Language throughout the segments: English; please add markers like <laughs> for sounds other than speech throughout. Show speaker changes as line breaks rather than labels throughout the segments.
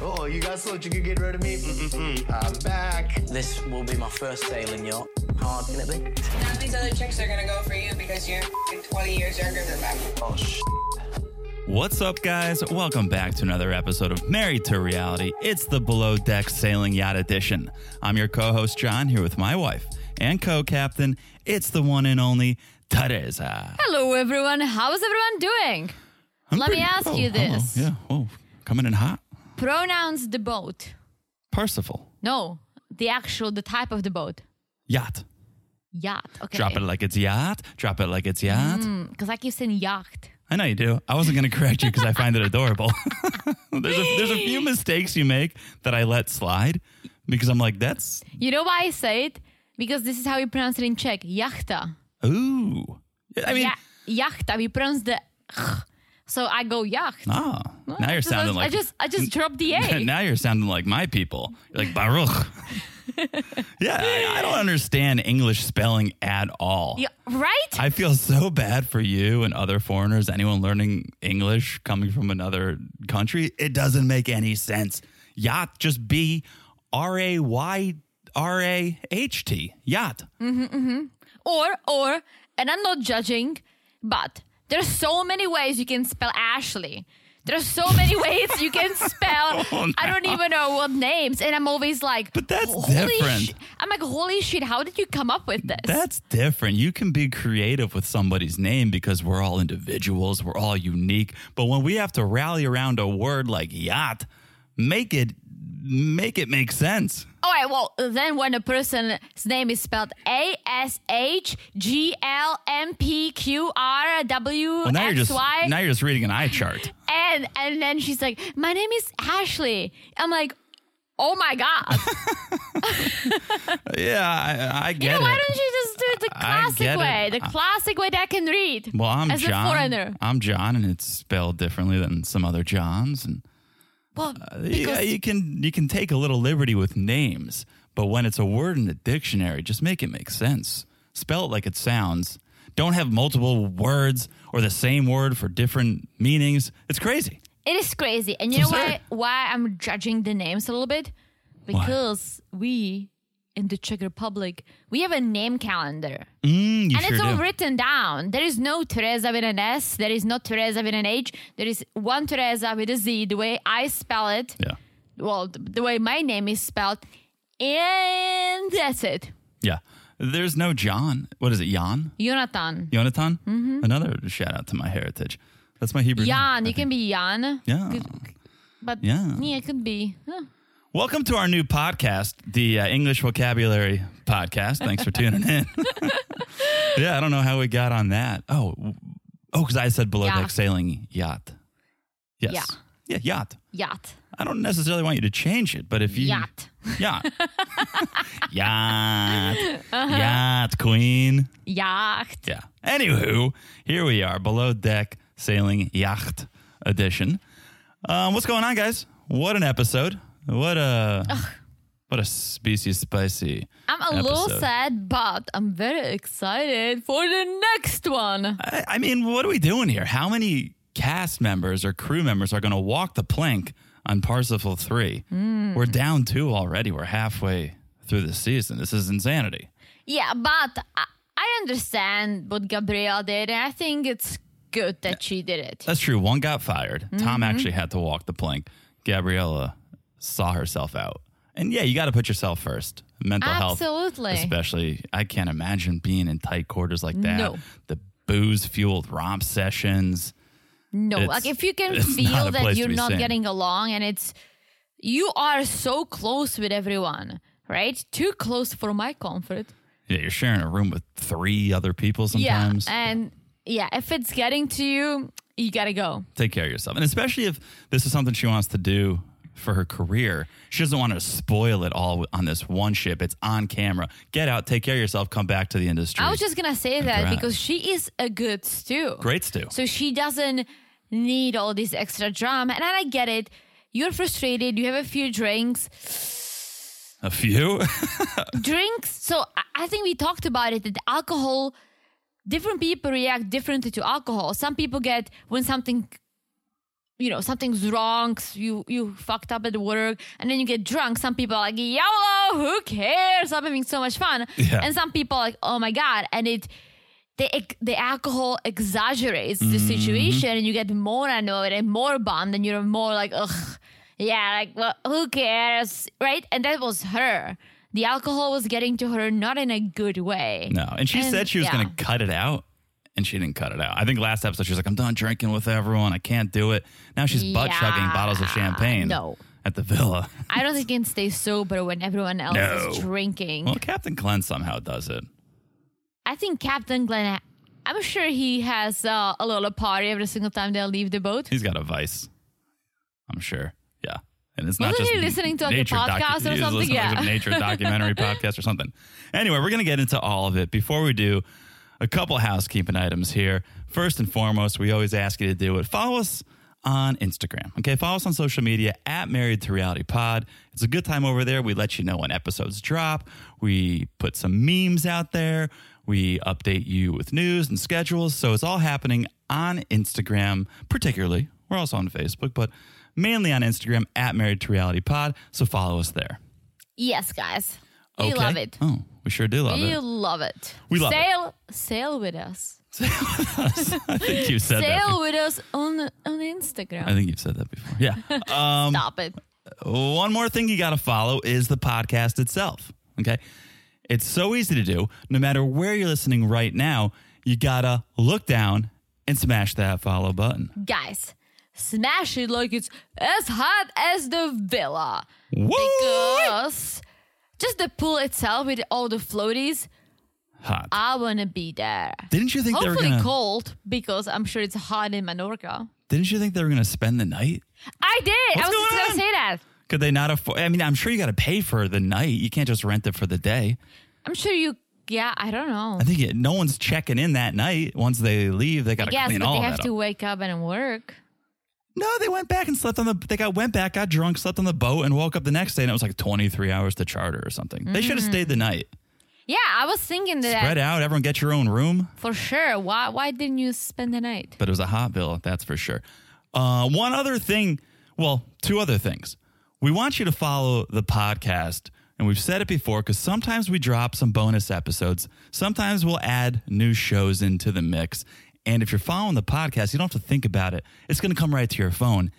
Oh, you got slipped. You could get rid of me. Mm-mm-mm. I'm back.
This will be my first sailing yacht. How hard can it be?
Now these other chicks are gonna go for you because you're f***ing 20 years younger than them.
Oh, sh.
What's up, guys? Welcome back to another episode of Married to Reality. It's the Below Deck Sailing Yacht Edition. I'm your co host, John, here with my wife and co captain. It's the one and only Teresa.
Hello, everyone. How's everyone doing?
I'm
Let me ask
oh,
you
hello.
this.
Yeah, oh, coming in hot.
Pronouns the boat.
Parsifal.
No, the actual, the type of the boat.
Yacht.
Yacht. Okay. Mm.
Drop it like it's yacht. Drop it like it's yacht.
Because I keep saying yacht.
I know you do. I wasn't going to correct you because I
<laughs>
find it adorable. <laughs> there's, a, there's a few mistakes you make that I let slide because I'm like, that's,
You know why I say it? Because this is how you pronounce it in Czech. Jachta.
ooh. I mean,
yeah, jachta. We pronounce the ch. So I go yacht.
ah, now
I
you're
just-
sounding like.
I just I just dropped the A.
<laughs> now you're sounding like my people. You're like, Baruch.
<laughs>
yeah, I, I don't understand English spelling at all.
Yeah, right?
I feel so bad for you and other foreigners, anyone learning English coming from another country. It doesn't make any sense. Yacht, just be R A Y R A H T. Yacht.
or or and i'm not judging but there's so many ways you can spell ashley there's so many <laughs> ways you can spell
<laughs> Oh,
i don't even know what names and i'm always like
But that's
holy
different.
shi- i'm like holy shit how did you come up with this
That's different. You can be creative with somebody's name because we're all individuals, we're all unique. But when we have to rally around a word like yacht, make it make it make sense.
all right well then when a person's name is spelled a s h g l m p q r w
Well, now you're
x
just
y
now you're just reading an eye chart.
and and then she's like my name is ashley i'm like oh my god
Yeah, I, I get
You know,
it.
why don't you just do it the
I get
classic
it.
way? The
I-
classic way that I can read.
Well, I'm
as
John. Uh,
a foreigner.
I'm John, and it's spelled differently than some other Johns. And
Well,
yeah,
because
you can you can take a little liberty with names, but when it's a word in the dictionary, just make it make sense. Spell it like it sounds. Don't have multiple words or the same word for different meanings. It's crazy.
it is crazy. And you
It's
know why
absurd.
why I'm judging the names a little bit? Because we in the Czech Republic, we have a name calendar.
Mm, you
and
sure
it's all
do.
written down. There is no Teresa with an S. There is not Teresa with an H. There is one Teresa with a Z. The way I spell it,
yeah,
well, th- the way my name is spelled, and that's it.
yeah. There's no John. What is it? Jan?
Jonathan.
Yonatan? Another shout out to my heritage. That's my Hebrew. name,
Jan,
I
you can be Jan.
Yeah.
But
Yeah.
yeah, it could be. Huh.
Welcome to our new podcast, the uh, English Vocabulary Podcast. Thanks for tuning in. yeah, I don't know how we got on that. Oh, w- oh, because I said below
Yeah.
deck sailing yacht. Yes.
Yeah.
Yeah, yacht.
Yacht.
I don't necessarily want you to change it, but if you
Yacht.
yacht, yacht, yacht, queen.
Yacht.
Yeah. Anywho, here we are, below deck sailing yacht edition. Um, what's going on, guys? What an episode! What a what a species spicy.
I'm a little
episode.
sad, but I'm very excited for the next one.
I, I mean, what are we doing here? How many cast members or crew members are going to walk the plank on Parsifal Three?
Hmm.
We're down two already. We're halfway through the season. This is insanity.
Yeah, but I, I understand what Gabrielle did, and I think it's good that she did it.
That's true. One got fired.
Mm-hmm.
Tom actually had to walk the plank. Gabriella saw herself out. And yeah, you got to put yourself first. Mental
Absolutely.
health. Especially, I can't imagine being in tight quarters like that.
No.
The booze fueled romp sessions.
No,
It's-
like if you can
it's <laughs> not a
feel
place
that
to
you're
be
not
sane.
getting along and it's you are so close with everyone, right? Too close for my comfort.
Yeah, you're sharing a room with three other people sometimes.
Yeah. And yeah, if it's getting to you, you gotta go.
Take care of yourself. And especially if this is something she wants to do for her career, she doesn't want to spoil it all on this one ship. It's on camera. Get out, take care of yourself, come back to the industry.
I was just gonna say that
thrive.
because she is a good stew.
Great, Stu.
So she doesn't need all this extra drama. And I get it. You're frustrated. You have a few drinks.
a few? <laughs>
Drinks. So I- I think we talked about it that alcohol, different people react differently to alcohol. Some people get when something you know something's wrong you you fucked up at work and then you get drunk some people are like yolo who cares i'm having so much fun
Yeah.
and some people are like oh my god and it the, the alcohol exaggerates the
Mm-hmm.
situation and you get more annoyed and more bummed and you're more like ugh yeah like well, who cares right and that was her the alcohol was getting to her not in a good way
No. And she
And-
said she was
yeah.
going to cut it out, and she didn't cut it out. I think last episode she was like, I'm done drinking with everyone. I can't do it. Now she's butt chugging
Yeah.
bottles of champagne
No.
at the villa. <laughs>
i don't think you can stay sober when everyone else is
No.
drinking
Well, Captain Glenn somehow does it.
I think Captain Glenn, I'm sure he has uh, a little party every single time they leave the boat.
He's got a vice, I'm sure. Yeah. And it's not
Wasn't
just
he listening to, like, a
nature docu-
podcast
he
or
was
something?
listening to
Yeah.
some <laughs> nature documentary podcast or something. Anyway, we're going to get into all of it. Before we do, a couple housekeeping items here. First and foremost, we always ask you to do it. Follow us on Instagram. Okay, follow us on social media at Married to Reality Pod. It's a good time over there. We let you know when episodes drop. We put some memes out there. We update you with news and schedules. So it's all happening on Instagram, particularly. We're also on Facebook, but mainly on Instagram at Married to Reality Pod. So follow us there.
Yes, guys. We love it.
Oh, we sure do love
We
it.
love it.
We love it.
sail, Sail with us.
I think you've said that.
Sail
Before.
with us on, on
I
Instagram.
think you've said that before.
<laughs>
Yeah.
Stop it.
One more thing you got to follow is the podcast itself. Okay. It's so easy to do. No matter where you're listening right now, you got to look down and smash that follow button.
Guys, smash it like it's as hot as the villa.
Woo!
Because just the pool itself with all the floaties,
Hot.
I want to be there.
Didn't you think they were
Hopefully
going to
cold because I'm sure it's hot in Menorca.
Didn't you think they were going to spend the night?
I did.
What's
I was
going
just
on?
gonna say that.
Could they not afford I mean, I'm sure you got to pay for the night. You can't just rent it for the day.
I'm sure you. Yeah, I don't know.
I think it, no one's checking in that night. Once they leave, they got to
Yes,
clean
but
all
they
of
have
that
to
up.
wake up and work.
No, they went back and slept on the. They got went back, got drunk, slept on the boat, and woke up the next day, and it was like twenty three hours to charter or something. They should have stayed the night,
Yeah, I was thinking that
spread out. Everyone get your own room,
for sure. Why? Why didn't you spend the night?
but it was a hot bill, that's for sure. Uh, one other thing, well, two other things. We want you to follow the podcast, and we've said it before because sometimes we drop some bonus episodes. Sometimes we'll add new shows into the mix, and if you're following the podcast, you don't have to think about it. It's going to come right to your phone.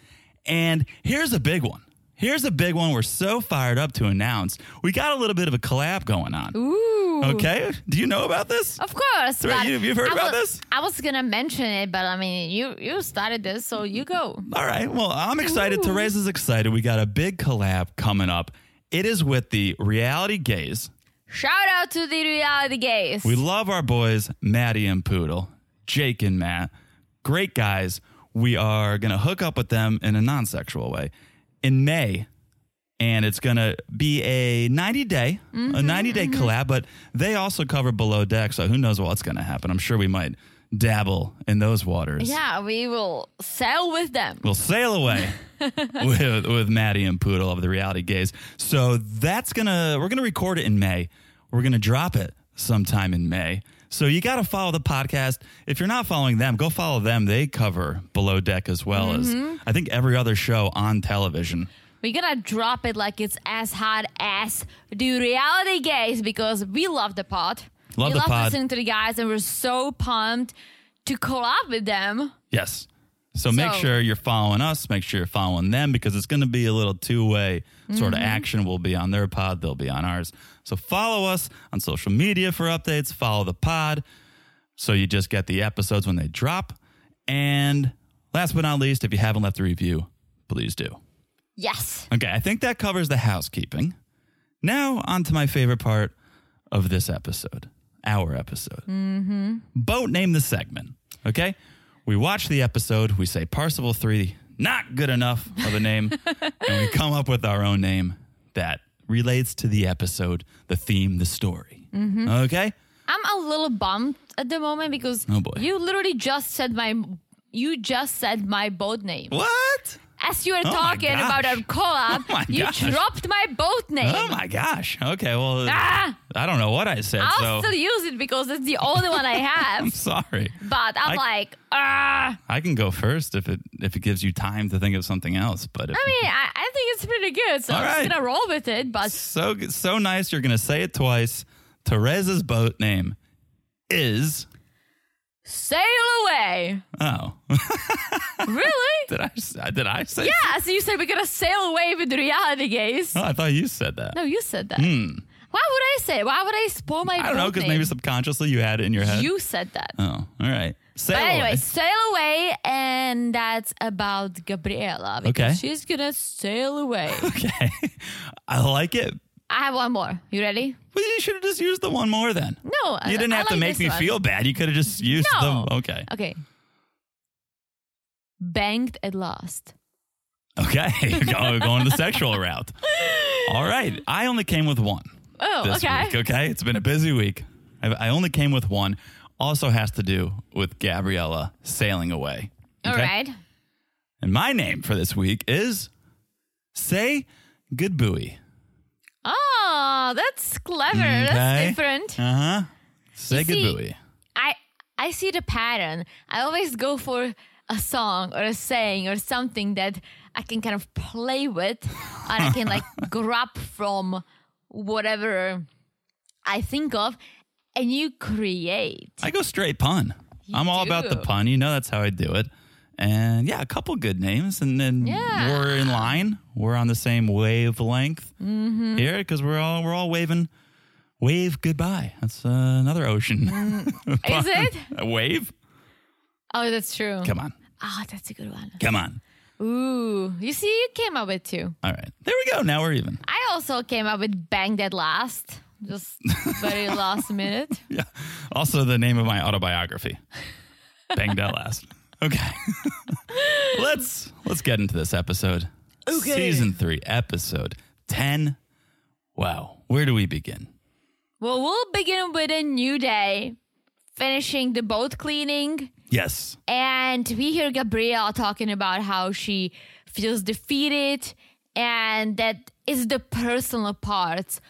And here's a big one. Here's a big one we're so fired up to announce. We got a little bit of a collab going on. Ooh. Okay. Do you know about this?
Of course.
right.
but
You- you've heard
I
about
wa-
this?
I was gonna mention it, but I mean, you you started this, so you go.
All right. Well, I'm excited. Teresa's excited. We got a big collab coming up. It is with the Reality Gaze.
Shout out to the reality gays.
We love our boys, Maddie and Poodle, Jake and Matt. Great guys. We are going to hook up with them in a non sexual way in May. And it's going to be a 90 day, a 90 day collab, but they also cover Below Deck. So who knows what's going to happen? I'm sure we might dabble in those waters.
yeah, we will sail with them.
We'll sail away with, with Maddie and Poodle of the Reality Gaze. So that's gonna we're gonna record it in May. We're gonna drop it sometime in May. So you got to follow the podcast. If you're not following them, go follow them. They cover Below Deck as well as I think every other show on television.
We're gonna drop it like it's as hot as the reality gays because we love the pod.
Love
we
the
love
pod.
listening to the guys and we're so pumped to collab with them.
Yes. So, make
So-
sure you're following us. Make sure you're following them because it's going to be a little two way sort of action. We'll be on their pod, they'll be on ours. So follow us on social media for updates. Follow the pod so you just get the episodes when they drop. And last but not least, if you haven't left a review, please do.
Yes.
Okay, I think that covers the housekeeping. Now, on to my favorite part of this episode, our episode. Mm-hmm. Boat name the segment. Okay, we watch the episode, we say Parsifal 3, not good enough of a
<laughs>
name, and we come up with our own name that relates to the episode, the theme, the story.
Mm-hmm.
Okay,
I'm a little bummed at the moment because
Oh, boy.
you literally just said my you just said my boat name.
what?
as you were
Oh my
talking about
gosh.
our co-op,
Oh my
you
gosh.
dropped my boat name.
Oh my gosh. Okay. Well,
Ah!
I don't know what I said.
I'll
so
still use it because it's the only one
<laughs>
I
I'm
have.
sorry.
But I'm
I-
like, ah.
I can go first if it if it gives you time to think of something else. But if
I mean, I, I think it's pretty good, so
All
I'm
right.
just gonna roll with it. But
so so nice, you're gonna say it twice. Teresa's boat name is
sail
<laughs>
away,
oh.
really?
did I s- did I say?
yeah. So you said we're gonna sail away with the reality gaze.
Oh, I thought you said that.
No, you said that. Why would I say? it? Why would I spoil my?
Hmm. I don't know
boat
because
name?
maybe subconsciously you had it in your head.
you said that.
oh, all right. Sail
But anyway,
away.
sail away, and that's about Gabriela. because
Okay.
she's gonna sail away.
<laughs> Okay, I like it.
I have one more. You ready?
Well, you should have just used the one more then.
No, I-
you didn't
I
have to
like
make
this
me
one.
feel bad. You could have just used
No.
them. Okay.
Okay. Banged at last.
Okay, <laughs> Go- going the sexual
<laughs>
route. All right, I only came with one
Oh,
this
okay.
week. Okay, it's been a busy week. I, I only came with one. Also has to do with Gabriella sailing away.
All
okay?
right.
And my name for this week is say good buoy.
Oh, that's clever.
Okay.
That's different.
Uh huh. Say
You
good
see-
buoy.
I I see the pattern. I always go for a song or a saying or something that I can kind of play with
<laughs>
and I can like grab from whatever I think of and you create.
I go straight pun. I'm all about the
do.
pun. You know that's how I do it. And yeah, a couple good names, and then
Yeah.
we're in line. We're on the same wavelength
Mm-hmm.
here because we're all we're all waving, wave goodbye. That's uh, another ocean.
Mm.
<laughs>
Is it?
A wave?
Oh, that's true.
Come on,
Oh, that's a good one.
come on.
Ooh. You see you came up with two.
All right, there we go. Now we're even.
I also came up with Bang That Last. Just very last minute.
Yeah. Also, the name of my autobiography. Bang that last. Okay. <laughs> let's let's get into this episode.
Okay.
Season three, episode ten. Wow. Where do we begin?
Well, we'll begin with a new day, finishing the boat cleaning.
Yes.
And we hear Gabrielle talking about how she feels defeated and that is the personal parts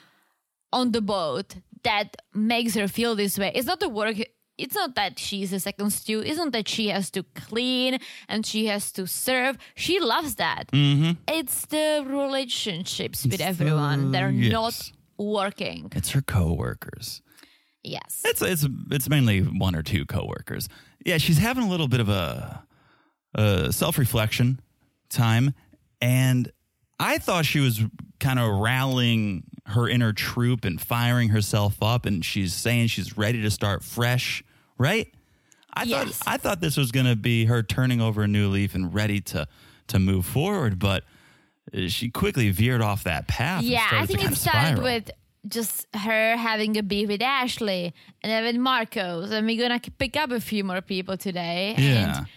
on the boat that makes her feel this way. It's not the work it's not that she's a second stew. It's not that she has to clean and she has to serve. She loves that. It's the relationships with everyone that are not
yes.
working.
It's her coworkers.
Yes.
It's it's it's mainly one or two coworkers. Yeah, she's having a little bit of a, a self reflection time, and I thought she was kind of rallying her inner troop and firing herself up, and she's saying she's ready to start fresh, right? I
Yes.
thought I thought this was going to be her turning over a new leaf and ready to to move forward, but she quickly veered off that path.
Yeah, I
and started to
think
kind
it
of
started
spiral.
with just her having a beef with Ashley and then with Marcos, and we're gonna pick up a few more people today.
Yeah.
And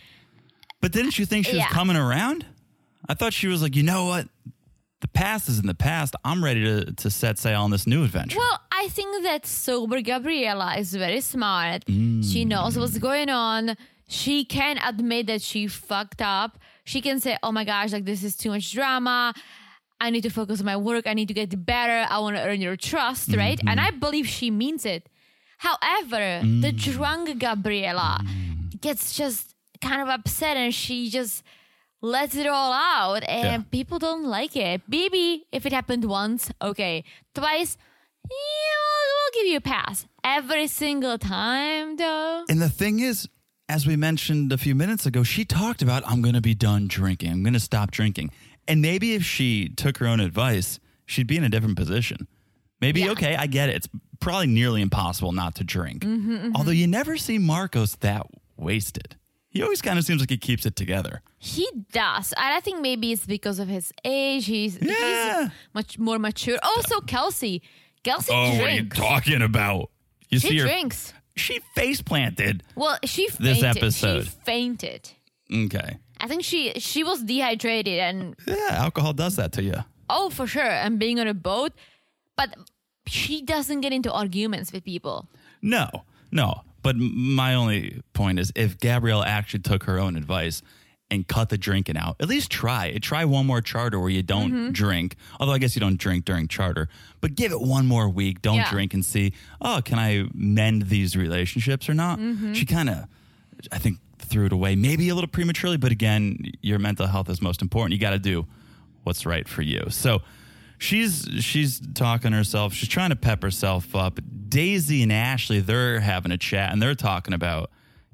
but didn't you think she was
Yeah.
coming around? I thought she was like, you know what? The past is in the past. I'm ready to, to set sail on this new adventure.
well, I think that sober Gabriela is very smart. She knows what's going on. She can admit that she fucked up. She can say, "Oh my gosh, like this is too much drama. I need to focus on my work. I need to get better. I want to earn your trust, right?" And I believe she means it. However, the
Mm.
drunk Gabriela gets just kind of upset and she just lets it all out and
Yeah.
people don't like it. Maybe if it happened once, okay. Twice, yeah, we'll, we'll give you a pass. Every single time though.
and the thing is, as we mentioned a few minutes ago, she talked about, I'm going to be done drinking. I'm going to stop drinking. And maybe if she took her own advice, she'd be in a different position. Maybe, okay, I get it. It's probably nearly impossible not to drink.
Mm-hmm,
Although you never see Marcos that wasted. He always kind of seems like he keeps it together.
He does. And I think maybe it's because of his age. He's,
Yeah.
he's much more mature. Also Kelsey. Kelsey
Oh, what are you
drinks.
talking about? You
she
see her,
drinks.
she face planted.
Well, she fainted.
episode.
She fainted.
Okay.
I think she she was dehydrated and
Yeah, alcohol does that to you.
oh for sure and being on a boat, but she doesn't get into arguments with people.
No, no. But m- my only point is if Gabrielle actually took her own advice and cut the drinking out. At least try it. Try one more charter where you don't drink. Although I guess you don't drink during charter, but give it one more week. Don't
Yeah.
drink and see, oh, can I mend these relationships or not? She kind of, I think, threw it away, maybe a little prematurely, but again, your mental health is most important. You got to do what's right for you. So, She's she's talking to herself. She's trying to pep herself up. Daisy and Ashley, they're having a chat and they're talking about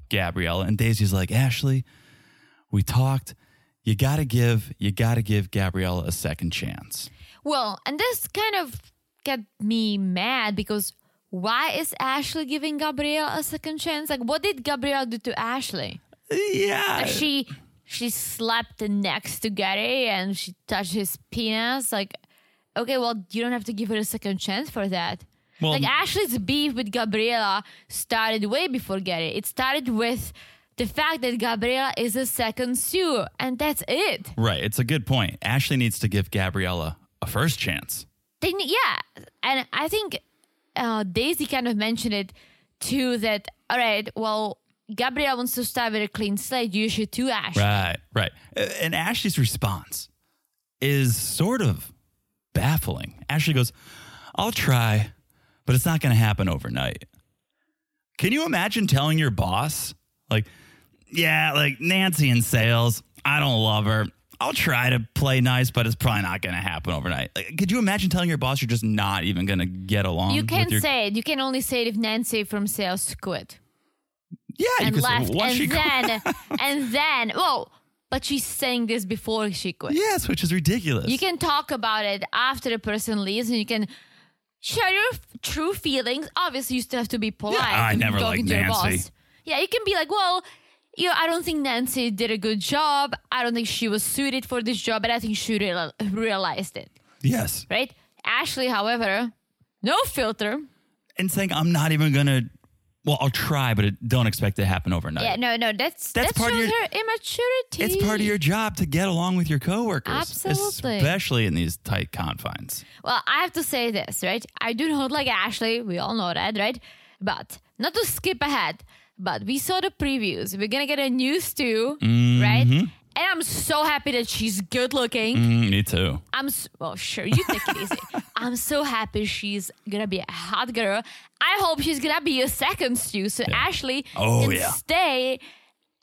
Gabriella. And Daisy's like, Ashley, we talked. You gotta give you gotta give Gabriella a second chance.
Well, and this kind of got me mad because why is Ashley giving Gabrielle a second chance? Like, what did Gabrielle do to Ashley?
Yeah.
Like, she she slapped the necks to Gary and she touched his penis. Like, okay, well, you don't have to give her a second chance for that.
Well-
like Ashley's beef with Gabriella started way before Gary. It started with the fact that Gabriella is a second Sue, and that's it.
right. It's a good point. Ashley needs to give Gabriella a first chance.
they ne- yeah and i think uh, daisy kind of mentioned it too that all right well gabrielle wants to start with a clean slate you should too ash
Right, right. A- And Ashley's response is sort of baffling. Ashley goes, I'll try, but it's not going to happen overnight. Can you imagine telling your boss, like, yeah, like Nancy in sales, I don't love her. I'll try to play nice, but it's probably not going to happen overnight. Like, could you imagine telling your boss you're just not even going to get along?
you
Um, with
can't
your-
say it you can only say it if nancy from sales quit
yeah, you
and
could say,
left
"Once she
and
quit-"
then
<laughs>
and then well but she's saying this before she quit
yes, which is ridiculous.
you can talk about it after the person leaves and you can share your f- true feelings obviously you still have to be polite
I
when
never
talking
liked
to your
Nancy.
boss. yeah you can be like well you know, I don't think Nancy did a good job. I don't think she was suited for this job, but I think she real- realized it,
yes,
right? Ashley, however, no filter.
and saying I'm not even gonna. Well, I'll try, but it, don't expect it to happen overnight.
Yeah, no, no, that's
That's
that
part of
shows
your-
her immaturity.
It's part of your job to get along with your coworkers,
Absolutely.
especially in these tight confines.
Well, I have to say this, right? I do not like Ashley. We all know that, right? But not to skip ahead, but we saw the previews. We're gonna get a new stew, right?
Mm-hmm.
And I'm so happy that she's good looking.
Mm, me too.
I'm s well, sure, you take it
<laughs>
easy. I'm so happy she's gonna be a hot girl. I hope she's gonna be a second stew, so Ashley
Oh,
can
yeah.
stay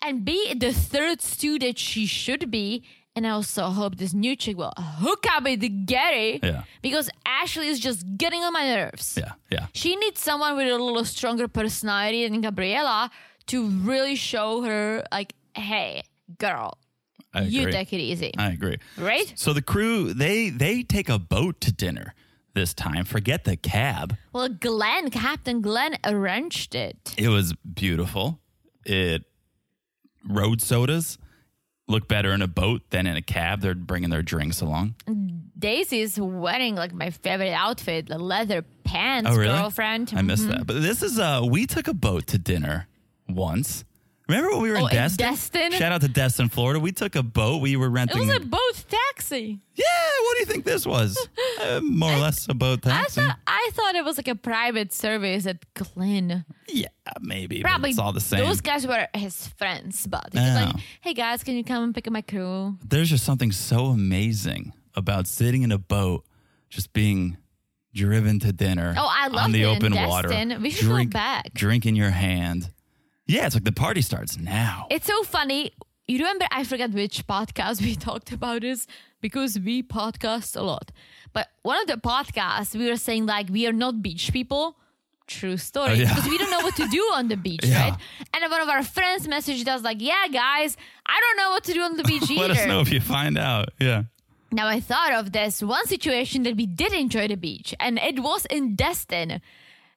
and be the third stew that she should be. And I also hope this new chick will hook up with Gary
Yeah.
because Ashley is just getting on my nerves.
Yeah, yeah.
She needs someone with a little stronger personality than Gabriella to really show her, like, hey, girl,
I agree.
you take it easy,
I agree.
right?
So the crew they they take a boat to dinner this time. Forget the cab.
Well, Glenn, Captain Glenn arranged it.
It was beautiful. It road sodas look better in a boat than in a cab. They're bringing their drinks along.
Daisy's wearing like my favorite outfit, the leather pants,
Oh, really?
girlfriend.
I missed that. But this is uh we took a boat to dinner once. Remember when we were
Oh,
in
in
Destin?
Destin?
Shout out to Destin, Florida. We took a boat. We were
It
renting.
was a boat taxi.
yeah, what do you think this
<laughs>
was? Uh, more or less a boat
I
taxi.
thought <laughs> I thought it was like a private service at Glenn.
yeah, maybe. but
Probably
it's all the same.
Those guys were his friends, but he's was like,
Oh.
"Hey guys, can you come and pick up my crew?"
There's just something so amazing about sitting in a boat, just being driven to dinner.
Oh, I
on
loved
the
it in
open water.
Destin. We should go
Drink-
back.
Drink in your hand. Yeah, it's like the party starts now.
It's so funny. You remember, I forgot which podcast <laughs> we talked about this because we podcast a lot. But one of the podcasts, we were saying, like, we are not beach people. True story.
Oh, yeah.
Because we don't know what to do
<laughs>
on the beach,
Yeah.
right? And one of our friends messaged us, like, yeah, guys, I don't know what to do
<laughs>
on the beach either.
Let us know if you find out. Yeah.
Now I thought of this one situation that we did enjoy the beach, and it was in Destin.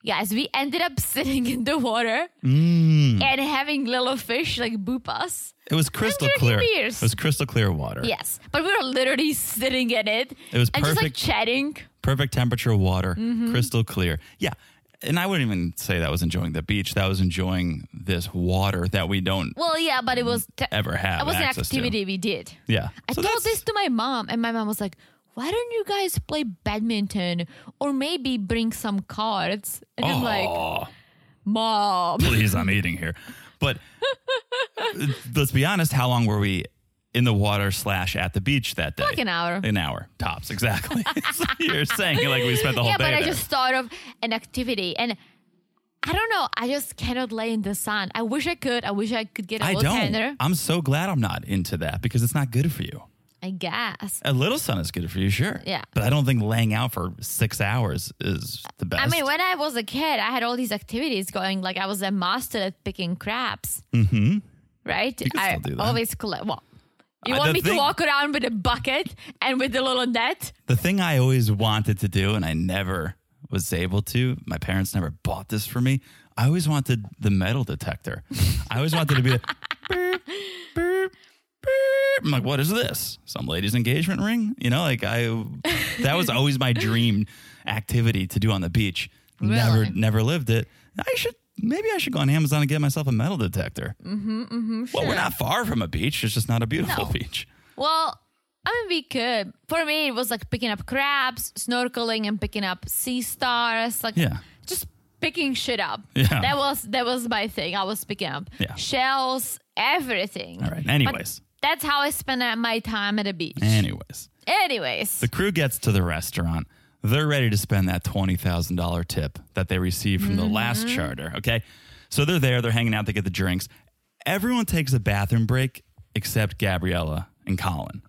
Guys, we ended up <laughs> sitting in the water
Mm.
and having little fish like boop us.
It was crystal clear.
drinking beers.
It was crystal clear water.
Yes, but we were literally <laughs> sitting in it.
It was
and just like
perfect.
chatting.
Perfect temperature water,
Mm-hmm.
crystal clear. Yeah. And I wouldn't even say that was enjoying the beach. That was enjoying this water that we don't
Well, yeah, but it was te-
Mm, ever have
It was an
access to.
activity we did.
Yeah.
I
So
told
that's- <laughs>
this to my mom, and my mom was like, "Why don't you guys play badminton or maybe bring some cards?" And I'm like,
Oh,
"Mom,
<laughs>
<laughs>
please, I'm eating here. But let's be honest, how long were we in the water slash at the beach that day.
Like an hour.
An hour tops, exactly. <laughs> So You're saying it like we spent the whole
yeah,
day
but I
there.
just thought of an activity and I don't know. I just cannot lay in the sun. I wish I could. I wish I could get a
I
little
don't.
tanner.
I'm so glad I'm not into that because it's not good for you.
I guess.
A little sun is good for you, sure.
Yeah.
But I don't think laying out for six hours is the best.
I mean, when I was a kid, I had all these activities going. Like I was a master at picking crabs. Mm-hmm. Right?
can
I
still do that.
always collect. Well, you
Uh,
want
the
me
thing-
to walk around with a bucket and with a little net?
the thing I always wanted to do and I never was able to, my parents never bought this for me. I always wanted the metal detector. <laughs> I always wanted to be like, "Beep, beep, beep." I'm like, what is this? Some lady's engagement ring? You know, like I, that was always my dream activity to do on the beach. Never,
Really?
never lived it. I should, maybe I should go on Amazon and get myself a metal detector. Mm-hmm, mm-hmm, well, we're not far from a beach. It's just not a beautiful
No.
beach.
Well, I mean, we could. For me, it was like picking up crabs, snorkeling, and picking up sea stars. Like,
Yeah.
just picking shit up.
Yeah.
That was that was my thing. I was picking up
Yeah.
shells, everything.
All right.
But
Anyways.
that's how I spent uh, my time at the beach.
Anyways.
Anyways,
The crew gets to the restaurant. They're ready to spend that $20,000 tip that they received from the last charter. Okay. So they're there, they're hanging out, they get the drinks. Everyone takes a bathroom break except Gabriella and Colin.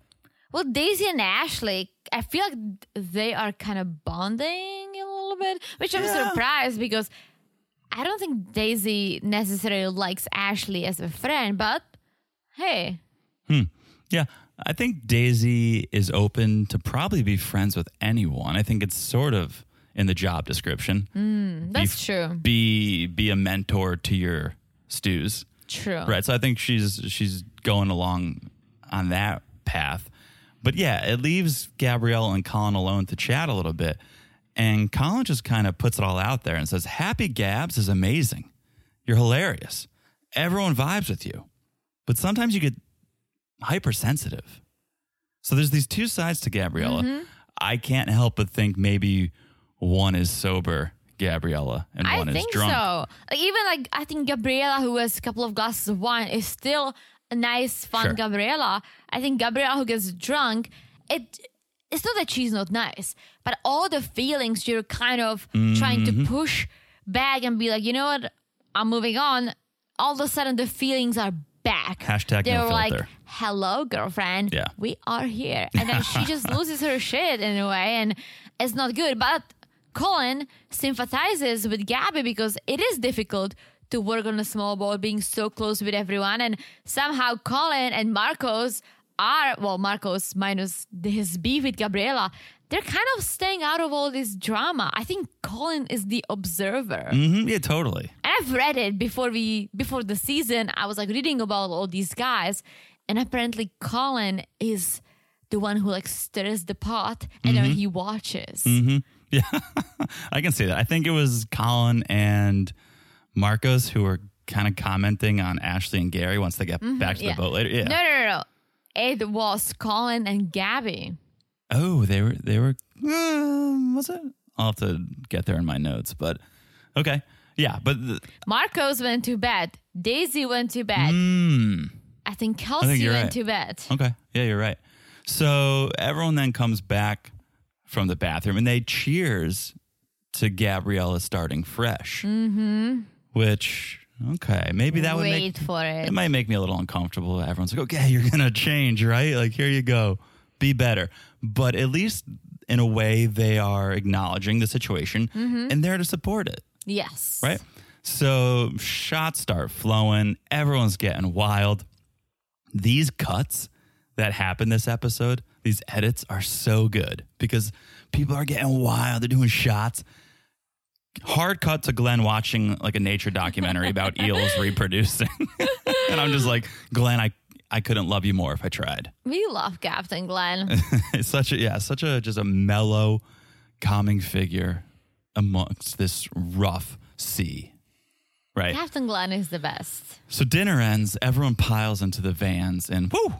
well, Daisy and Ashley, I feel like they are kind of bonding a little bit, which I'm
Yeah.
surprised because I don't think Daisy necessarily likes Ashley as a friend, but hey,
Yeah. I think Daisy is open to probably be friends with anyone. I think it's sort of in the job description.
That's true.
Be be a mentor to your stews.
True.
Right. So I think she's she's going along on that path. But yeah, it leaves Gabrielle and Colin alone to chat a little bit. And Colin just kind of puts it all out there and says, Happy Gabs is amazing. You're hilarious. Everyone vibes with you. But sometimes you get hypersensitive. So there's these two sides to Gabriella.
Mm-hmm.
I can't help but think maybe one is sober Gabriella and
I
one
think
is drunk.
so. Like, even like I think Gabriela, who has a couple of glasses of wine, is still a nice, fun
Sure.
Gabriela. I think Gabriela, who gets drunk, it it's not that she's not nice, but all the feelings you're kind of trying
Mm-hmm.
to push back and be like, you know what, I'm moving on. All of a sudden, the feelings are back.
Hashtag no
they were like,
filter.
"Hello, girlfriend.
Yeah.
we are here," and then she just loses her shit in a way, and it's not good. But Colin sympathizes with Gabby because it is difficult to work on a small boat, being so close with everyone, and somehow Colin and Marcos are well, Marcos minus his beef with Gabriela. They're kind of staying out of all this drama. I think Colin is the observer.
Mhm, yeah, totally.
And I've read it before we before the season. I was like reading about all these guys, and apparently Colin is the one who like stirs the pot, and
Mm-hmm.
then he watches.
Yeah, I can see that. I think it was Colin and Marcos who were kind of commenting on Ashley and Gary once they get back to
Mm-hmm, yeah.
the boat later. Yeah.
No, no, no, no. It was Colin and Gabby.
Oh, they were they were. Uh, was it? I'll have to get there in my notes, but okay. Yeah, but th-
Marcos went to bed. Daisy went to bed. I think Kelsey
Mm. you're right.
went
Um,
to bed.
hmm, okay. Yeah, you're right. So everyone then comes back from the bathroom and they cheers to Gabriella starting fresh. Mm-hmm. Which okay, maybe that would
Wait
make
for it.
It might make me a little uncomfortable. Everyone's like, okay, <laughs> you're going to change, right? Like, here you go. Be better. But at least in a way, they are acknowledging the situation and there to support it,
yes.
right? So shots start flowing. Everyone's getting wild. These cuts that happen this episode, these edits are so good because people are getting wild. They're doing shots. Hard cut to Glenn watching like a nature documentary about eels reproducing. <laughs> and I'm just like, Glenn, I, I couldn't love you more if I tried. <laughs>
We love Captain Glenn.
It's such a, yeah, such a, just a mellow, calming figure amongst this rough sea. Right.
Captain Glenn is the best.
So dinner ends, everyone piles into the vans, and whoo,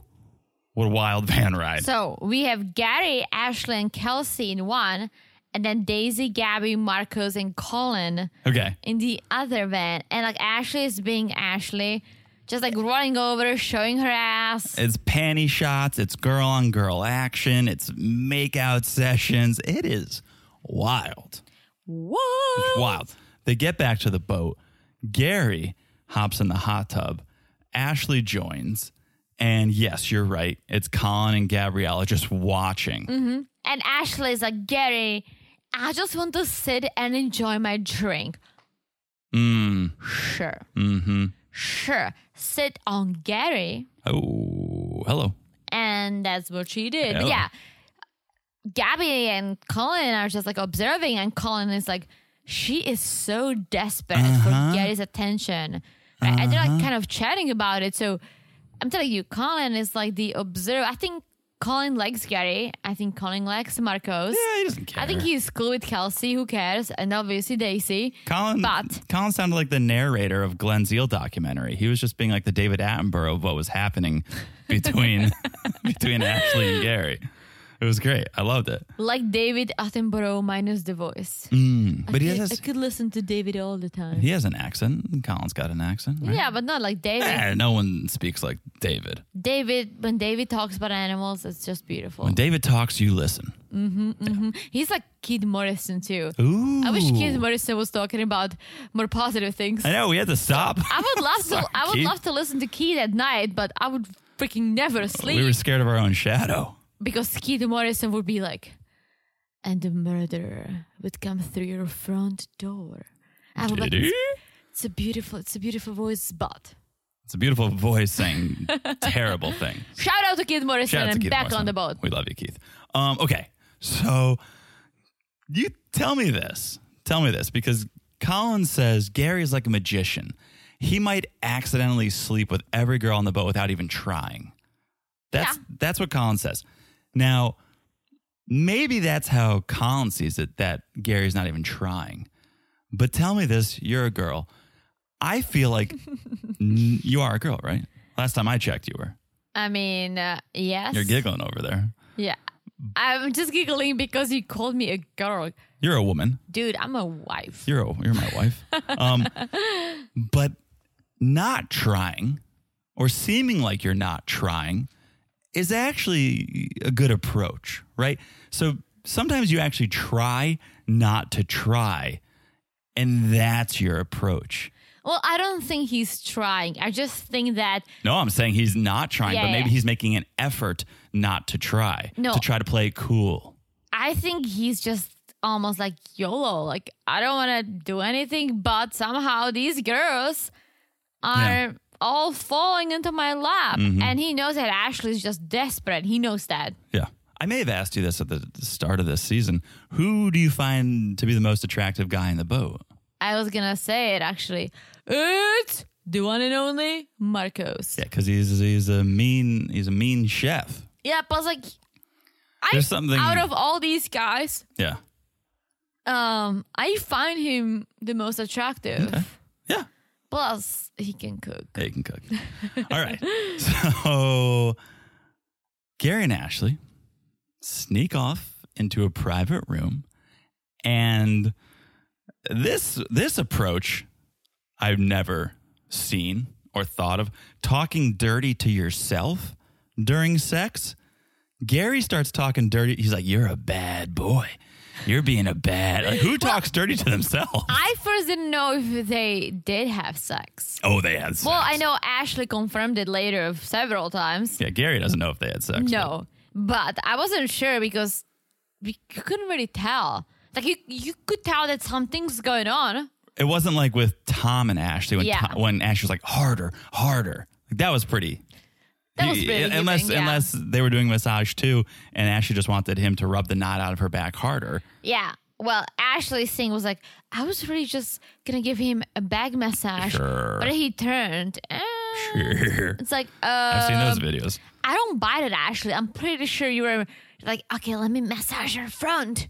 what a wild <laughs> van ride.
So we have Gary, Ashley, and Kelsey in one, and then Daisy, Gabby, Marcos, and Colin
okay.
in the other van. And like Ashley is being Ashley. Just like running over, showing her ass.
It's panty shots, it's girl on girl action, it's makeout sessions. It is wild.
Whoa.
Wild. They get back to the boat. Gary hops in the hot tub. Ashley joins. And yes, you're right. It's Colin and Gabriella just watching.
Mm-hmm. And Ashley's like, Gary, I just want to sit and enjoy my drink. Sure. Mm-hmm. Sure. Sit on Gary.
Oh, hello.
And that's what she did.
Yeah.
But yeah. Gabby and Colin are just like observing, and Colin is like, she is so desperate
Uh-huh.
for Gary's attention. Right? And they're like kind of chatting about it. So I'm telling you, Colin is like the observer. I think Colin likes Gary. I think Colin likes Marcos.
Yeah, he doesn't care.
I think he's cool with Kelsey. Who cares? And obviously Daisy.
Colin,
But
Colin sounded like the narrator of Glenn Zeal documentary. He was just being like the David Attenborough of what was happening between <laughs> between Ashley and Gary. It was great. I loved it.
like David Attenborough minus the voice.
But he
I
has
could listen to David all the time.
he has an accent. Colin's got an accent. right?
Yeah, but not like David.
Eh, no one speaks like David.
David, when David talks about animals, it's just beautiful.
When David talks, you listen.
He's like Kid Morrison too.
Ooh.
I wish Kid Morrison was talking about more positive things.
I know we had to stop.
I would love to.
Sorry,
I would
Keith.
love to listen to Kid at night, but I would freaking never sleep
We were scared of our own shadow.
because Kid Morrison would be like, and the murderer would come through your front door. I would like,
Did he?
it's, it's a beautiful, it's a beautiful voice, but
It's a beautiful voice saying terrible things.
shout out to Kid Morrison
Shout out to
and
Keith
back
Morrison.
on the boat.
We love you, Keith. Um, okay, so you tell me this. Tell me this because Colin says Gary is like a magician. He might accidentally sleep with every girl on the boat without even trying. That's
Yeah.
that's what Colin says. Now, maybe that's how Colin sees it that Gary's not even trying. But tell me this, you're a girl. I feel like
<laughs>
n- you are a girl, right? Last time I checked, you were.
I mean, uh, yes,
You're giggling over there.
Yeah, I'm just giggling because you called me a girl,
You're a woman.
dude. I'm a wife.
You're a, you're my wife.
<laughs>
Um, but not trying or seeming like you're not trying is actually a good approach, right? So sometimes you actually try not to try, and that's your approach.
Well, I don't think he's trying. I just think that
No, I'm saying he's not trying,
Yeah,
but maybe
yeah.
he's making an effort not to try,
No.
to try to play it cool.
I think he's just almost like YOLO. Like I don't want to do anything, but somehow these girls are
Yeah. Mm-hmm.
all falling into my lap, and he knows that Ashley's just desperate. He knows that.
Yeah. I may have asked you this at the start of this season. Who do you find to be the most attractive guy in the boat?
I was gonna say it actually. It's the one and only Marcos.
Yeah, because he's he's a mean he's a mean chef.
Yeah, but like, I
There's something-
out of all these guys,
Yeah,
um, I find him the most attractive.
yeah,
Plus, he can cook.
they can cook. All right, <laughs> so Gary and Ashley sneak off into a private room, and this this approach I've never seen or thought of. Talking dirty to yourself during sex. Gary starts talking dirty. He's like, "You're a bad boy. You're being a bad." Like, who talks dirty to themselves?
I first didn't know if they did have sex.
Oh, they had sex.
Well, I know Ashley confirmed it later several times.
Yeah, Gary doesn't know if they had sex. but-
No, but I wasn't sure because we you couldn't really tell. Like you, you could tell that something's going on.
It wasn't like with Tom and Ashley when,
Yeah.
Tom, when Ashley was like, harder, harder. Like, that was pretty.
That was
He-
pretty
unless
giving, yeah.
unless they were doing massage too, and Ashley just wanted him to rub the knot out of her back harder.
Yeah. Well, Ashley's thing was like, I was really just gonna give him a back massage,
Sure.
but he turned. eh. It's like, uh,
<laughs> I've seen those videos.
I don't buy that, Ashley. I'm pretty sure you were like, okay, let me massage
<laughs>
her front.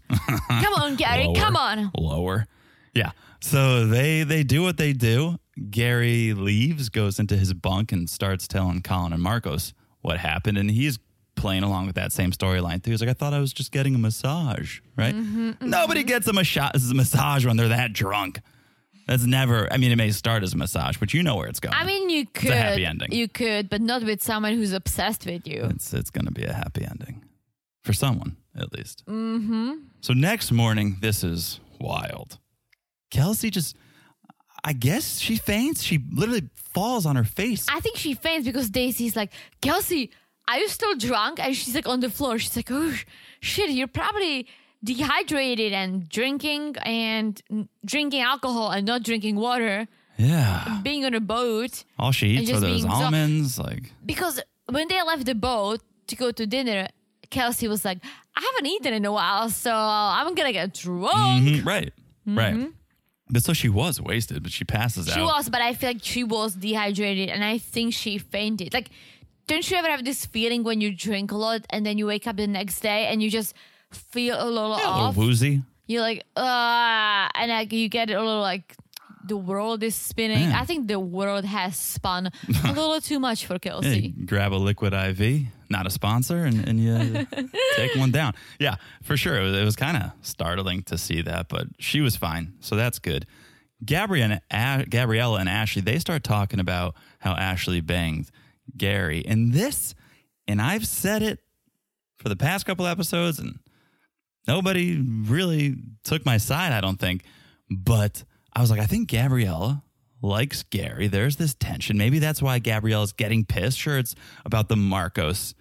come on, Gary,
Lower,
come on.
lower. Yeah. So they they do what they do. Gary leaves, goes into his bunk, and starts telling Colin and Marcos what happened, and he's playing along with that same storyline too. He's like, "I thought I was just
Mm-hmm,
getting a massage, right?" Nobody gets a, massa- massage when they're that drunk. That's never. I mean, it may start as a massage, but you know where it's going.
I mean, you could.
a happy ending.
You could, but not with someone who's obsessed with you.
it's it's going to be a happy ending for someone at least. Mm-hmm. So next morning, this is wild. Kelsey just, I guess she faints. She literally falls on her face.
I think she faints because Daisy's like, Kelsey, are you still drunk? And she's like on the floor. She's like, oh, sh- shit, you're probably dehydrated and drinking and mm, drinking alcohol and not
<gasps>
drinking water,
yeah,
being on a boat.
all she eats are
just
those
being so-
almonds. Like
Because when they left the boat to go to dinner, Kelsey was like, I haven't eaten in a while, so I'm gonna get drunk.
Mhm,
Mm-hmm.
right, right. But so she was wasted, but she passes
She
out.
was, but I feel like she was dehydrated, and I think she fainted. Like, don't you ever have this feeling when you drink a lot and then you wake up the next day and you just feel a little
a little
off?
woozy.
You're like, ah, and like you get a little like the world is spinning.
Yeah.
I think the world has spun
<laughs>
a little too much for
Yeah,
Kelsey.
you grab a liquid IV, not a sponsor, and, and you take one down. Yeah, for sure. It was, it was kind of startling to see that, but she was fine. So that's good. Gabriella and, A- Gabriella and Ashley, they start talking about how Ashley banged Gary. And this, and I've said it for the past couple episodes, and nobody really took my side, I don't think. But I was like, I think Gabriella likes Gary. There's this tension. Maybe that's why Gabriella's getting pissed. Sure, it's about the Marcos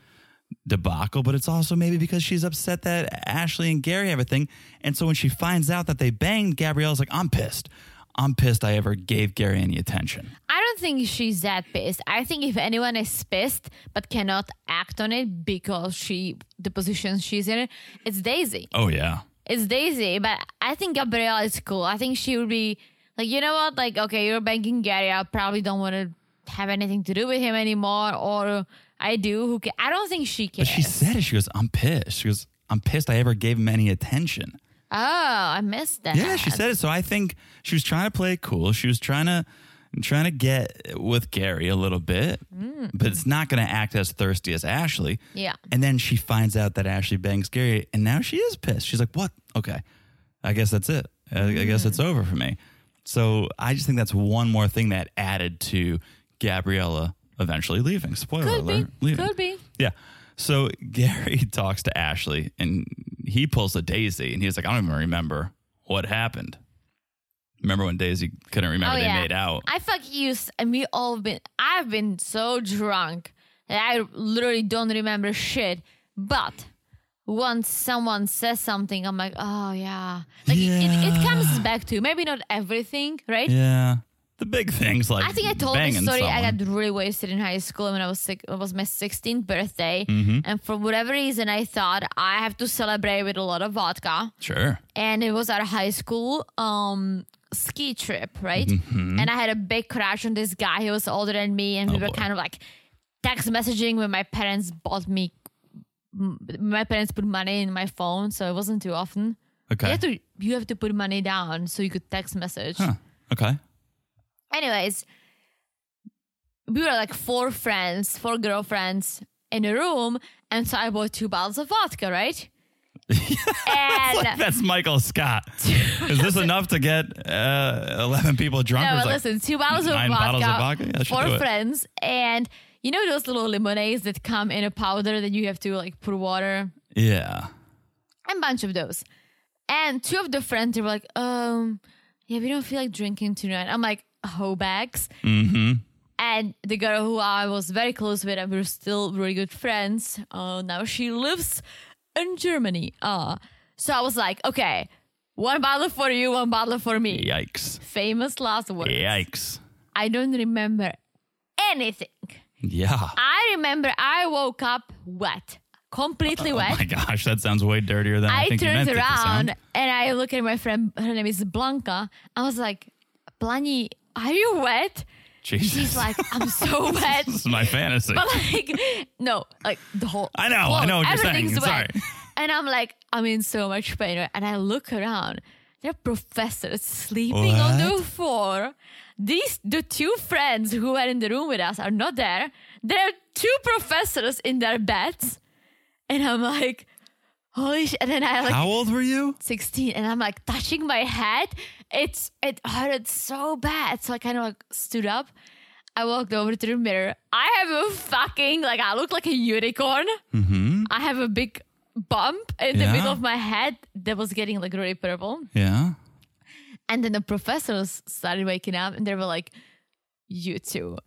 debacle, but it's also maybe because she's upset that Ashley and Gary have a thing. And so when she finds out that they banged, Gabriella's like, I'm pissed. I'm pissed I ever gave Gary any attention.
I don't think she's that pissed. I think if anyone is pissed but cannot act on it because she the position she's in, it's Daisy.
Oh, yeah.
it's Daisy, but I think Gabrielle is cool. I think she would be like, you know what? Like, okay, you're banking Gary. I probably don't want to have anything to do with him anymore, or I do. Who ca- I don't think she
But
cares.
she said it. She goes, I'm pissed. She goes, I'm pissed I ever gave him any attention.
"Oh, I missed that."
Yeah, she said it. So I think she was trying to play it cool. She was trying to trying to get with Gary a little bit, but it's not going to act as thirsty as Ashley.
Mm. Yeah.
And then she finds out that Ashley bangs Gary, and now she is pissed. She's like, "What? Okay, I guess that's it. I, I
Mm.
guess it's over for me." So I just think that's one more thing that added to Gabriella eventually leaving. Spoiler
Could be.
alert: leaving.
Could be.
Yeah. So <laughs> Gary talks to Ashley and he pulls a Daisy and he's like, I don't even remember what happened. Remember when Daisy couldn't remember
oh
they
yeah,
made out?
I fuck you, s- and we all been. I've been so drunk that I literally don't remember shit. But once someone says something, I'm like, oh yeah, like It, it, it comes back to you. maybe not everything, right?
yeah. The big things like
I think I told
banging
this story.
Someone.
I got really wasted in high school when I was sick. It was my 16th birthday,
Mm-hmm.
and for whatever reason, I thought I have to celebrate with a lot of vodka.
sure.
And it was our high school um ski trip, right? And I had a big crash on this guy. He was older than me, and we
Mm-hmm. Oh,
were
boy.
kind of like text messaging when my parents bought me. m- My parents put money in my phone, so it wasn't too often.
Okay.
You have to you have to put money down so you could text message.
Huh. Okay.
Anyways, we were like four friends, four girlfriends in a room, and so I bought two bottles of vodka,
<laughs>
right? and
That's Michael Scott.
<laughs>
Is this enough to get uh, 11 people drunk?
no,
or is
but
like-
listen, two bottles of
nine
vodka,
bottles of vodka? Yeah, I should do
four
it.
friends, and you know those little lemonades that come in a powder that you have to like put water
Yeah.
a bunch of those. And two of the friends they were like, um, yeah, we don't feel like drinking tonight. I'm like, ho bags. Mm-hmm. And the girl who I was very close with, and we were still really good friends. Uh, now she lives in Germany. Uh, so I was like, okay, one bottle for you, one bottle for me.
Yikes.
Famous last word.
Yikes.
I don't remember anything.
Yeah.
I remember I woke up wet, completely wet.
Oh my gosh, that sounds way dirtier than I,
I
think you
turned
meant it to sound.
around and I look at my friend. Her name is Blanca. I was like, Blani, are you wet?
Jesus.
She's like,
<laughs>
I'm so wet.
this is my fantasy.
But like, <laughs> no, like the whole.
I know, I know what you're saying.
everything's
Sorry. <laughs>
wet. And I'm like, I'm in so much pain. And I look around. There are professors sleeping on the floor. These the two friends who were in the room with us are not there. There are two professors in their beds. And I'm like, holy shit. And then I like
How old were you?
16 and I'm like touching my head. It's it hurted so bad. So I kind of like stood up. I walked over to the mirror. I have a fucking like I look like a unicorn.
Mm-hmm.
I have a big bump in the
Yeah.
middle of my head that was getting like really purple.
Yeah.
And then the professors started waking up and they were like, You two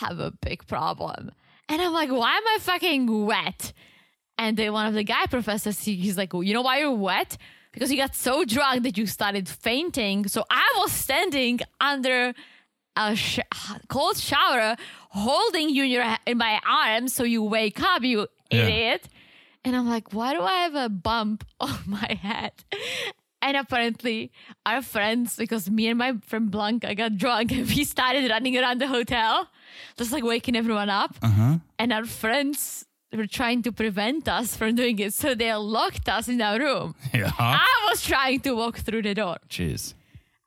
have a big problem. And I'm like, Why am I fucking wet? And then one of the guy professors, he, he's like, You know why you're wet? Because you got so drunk that you started fainting. So I was standing under a sh- cold shower, holding you in, your, in my arms. So you wake up, you
Yeah.
idiot. And I'm like, why do I have a bump <laughs> on my head? And apparently, our friends, because me and my friend Blanca got drunk and we started running around the hotel, just like waking everyone up.
Uh-huh.
And our friends were trying to prevent us from doing it. So they locked us in our room.
<laughs> Yeah.
I was trying to walk through the door.
Jeez.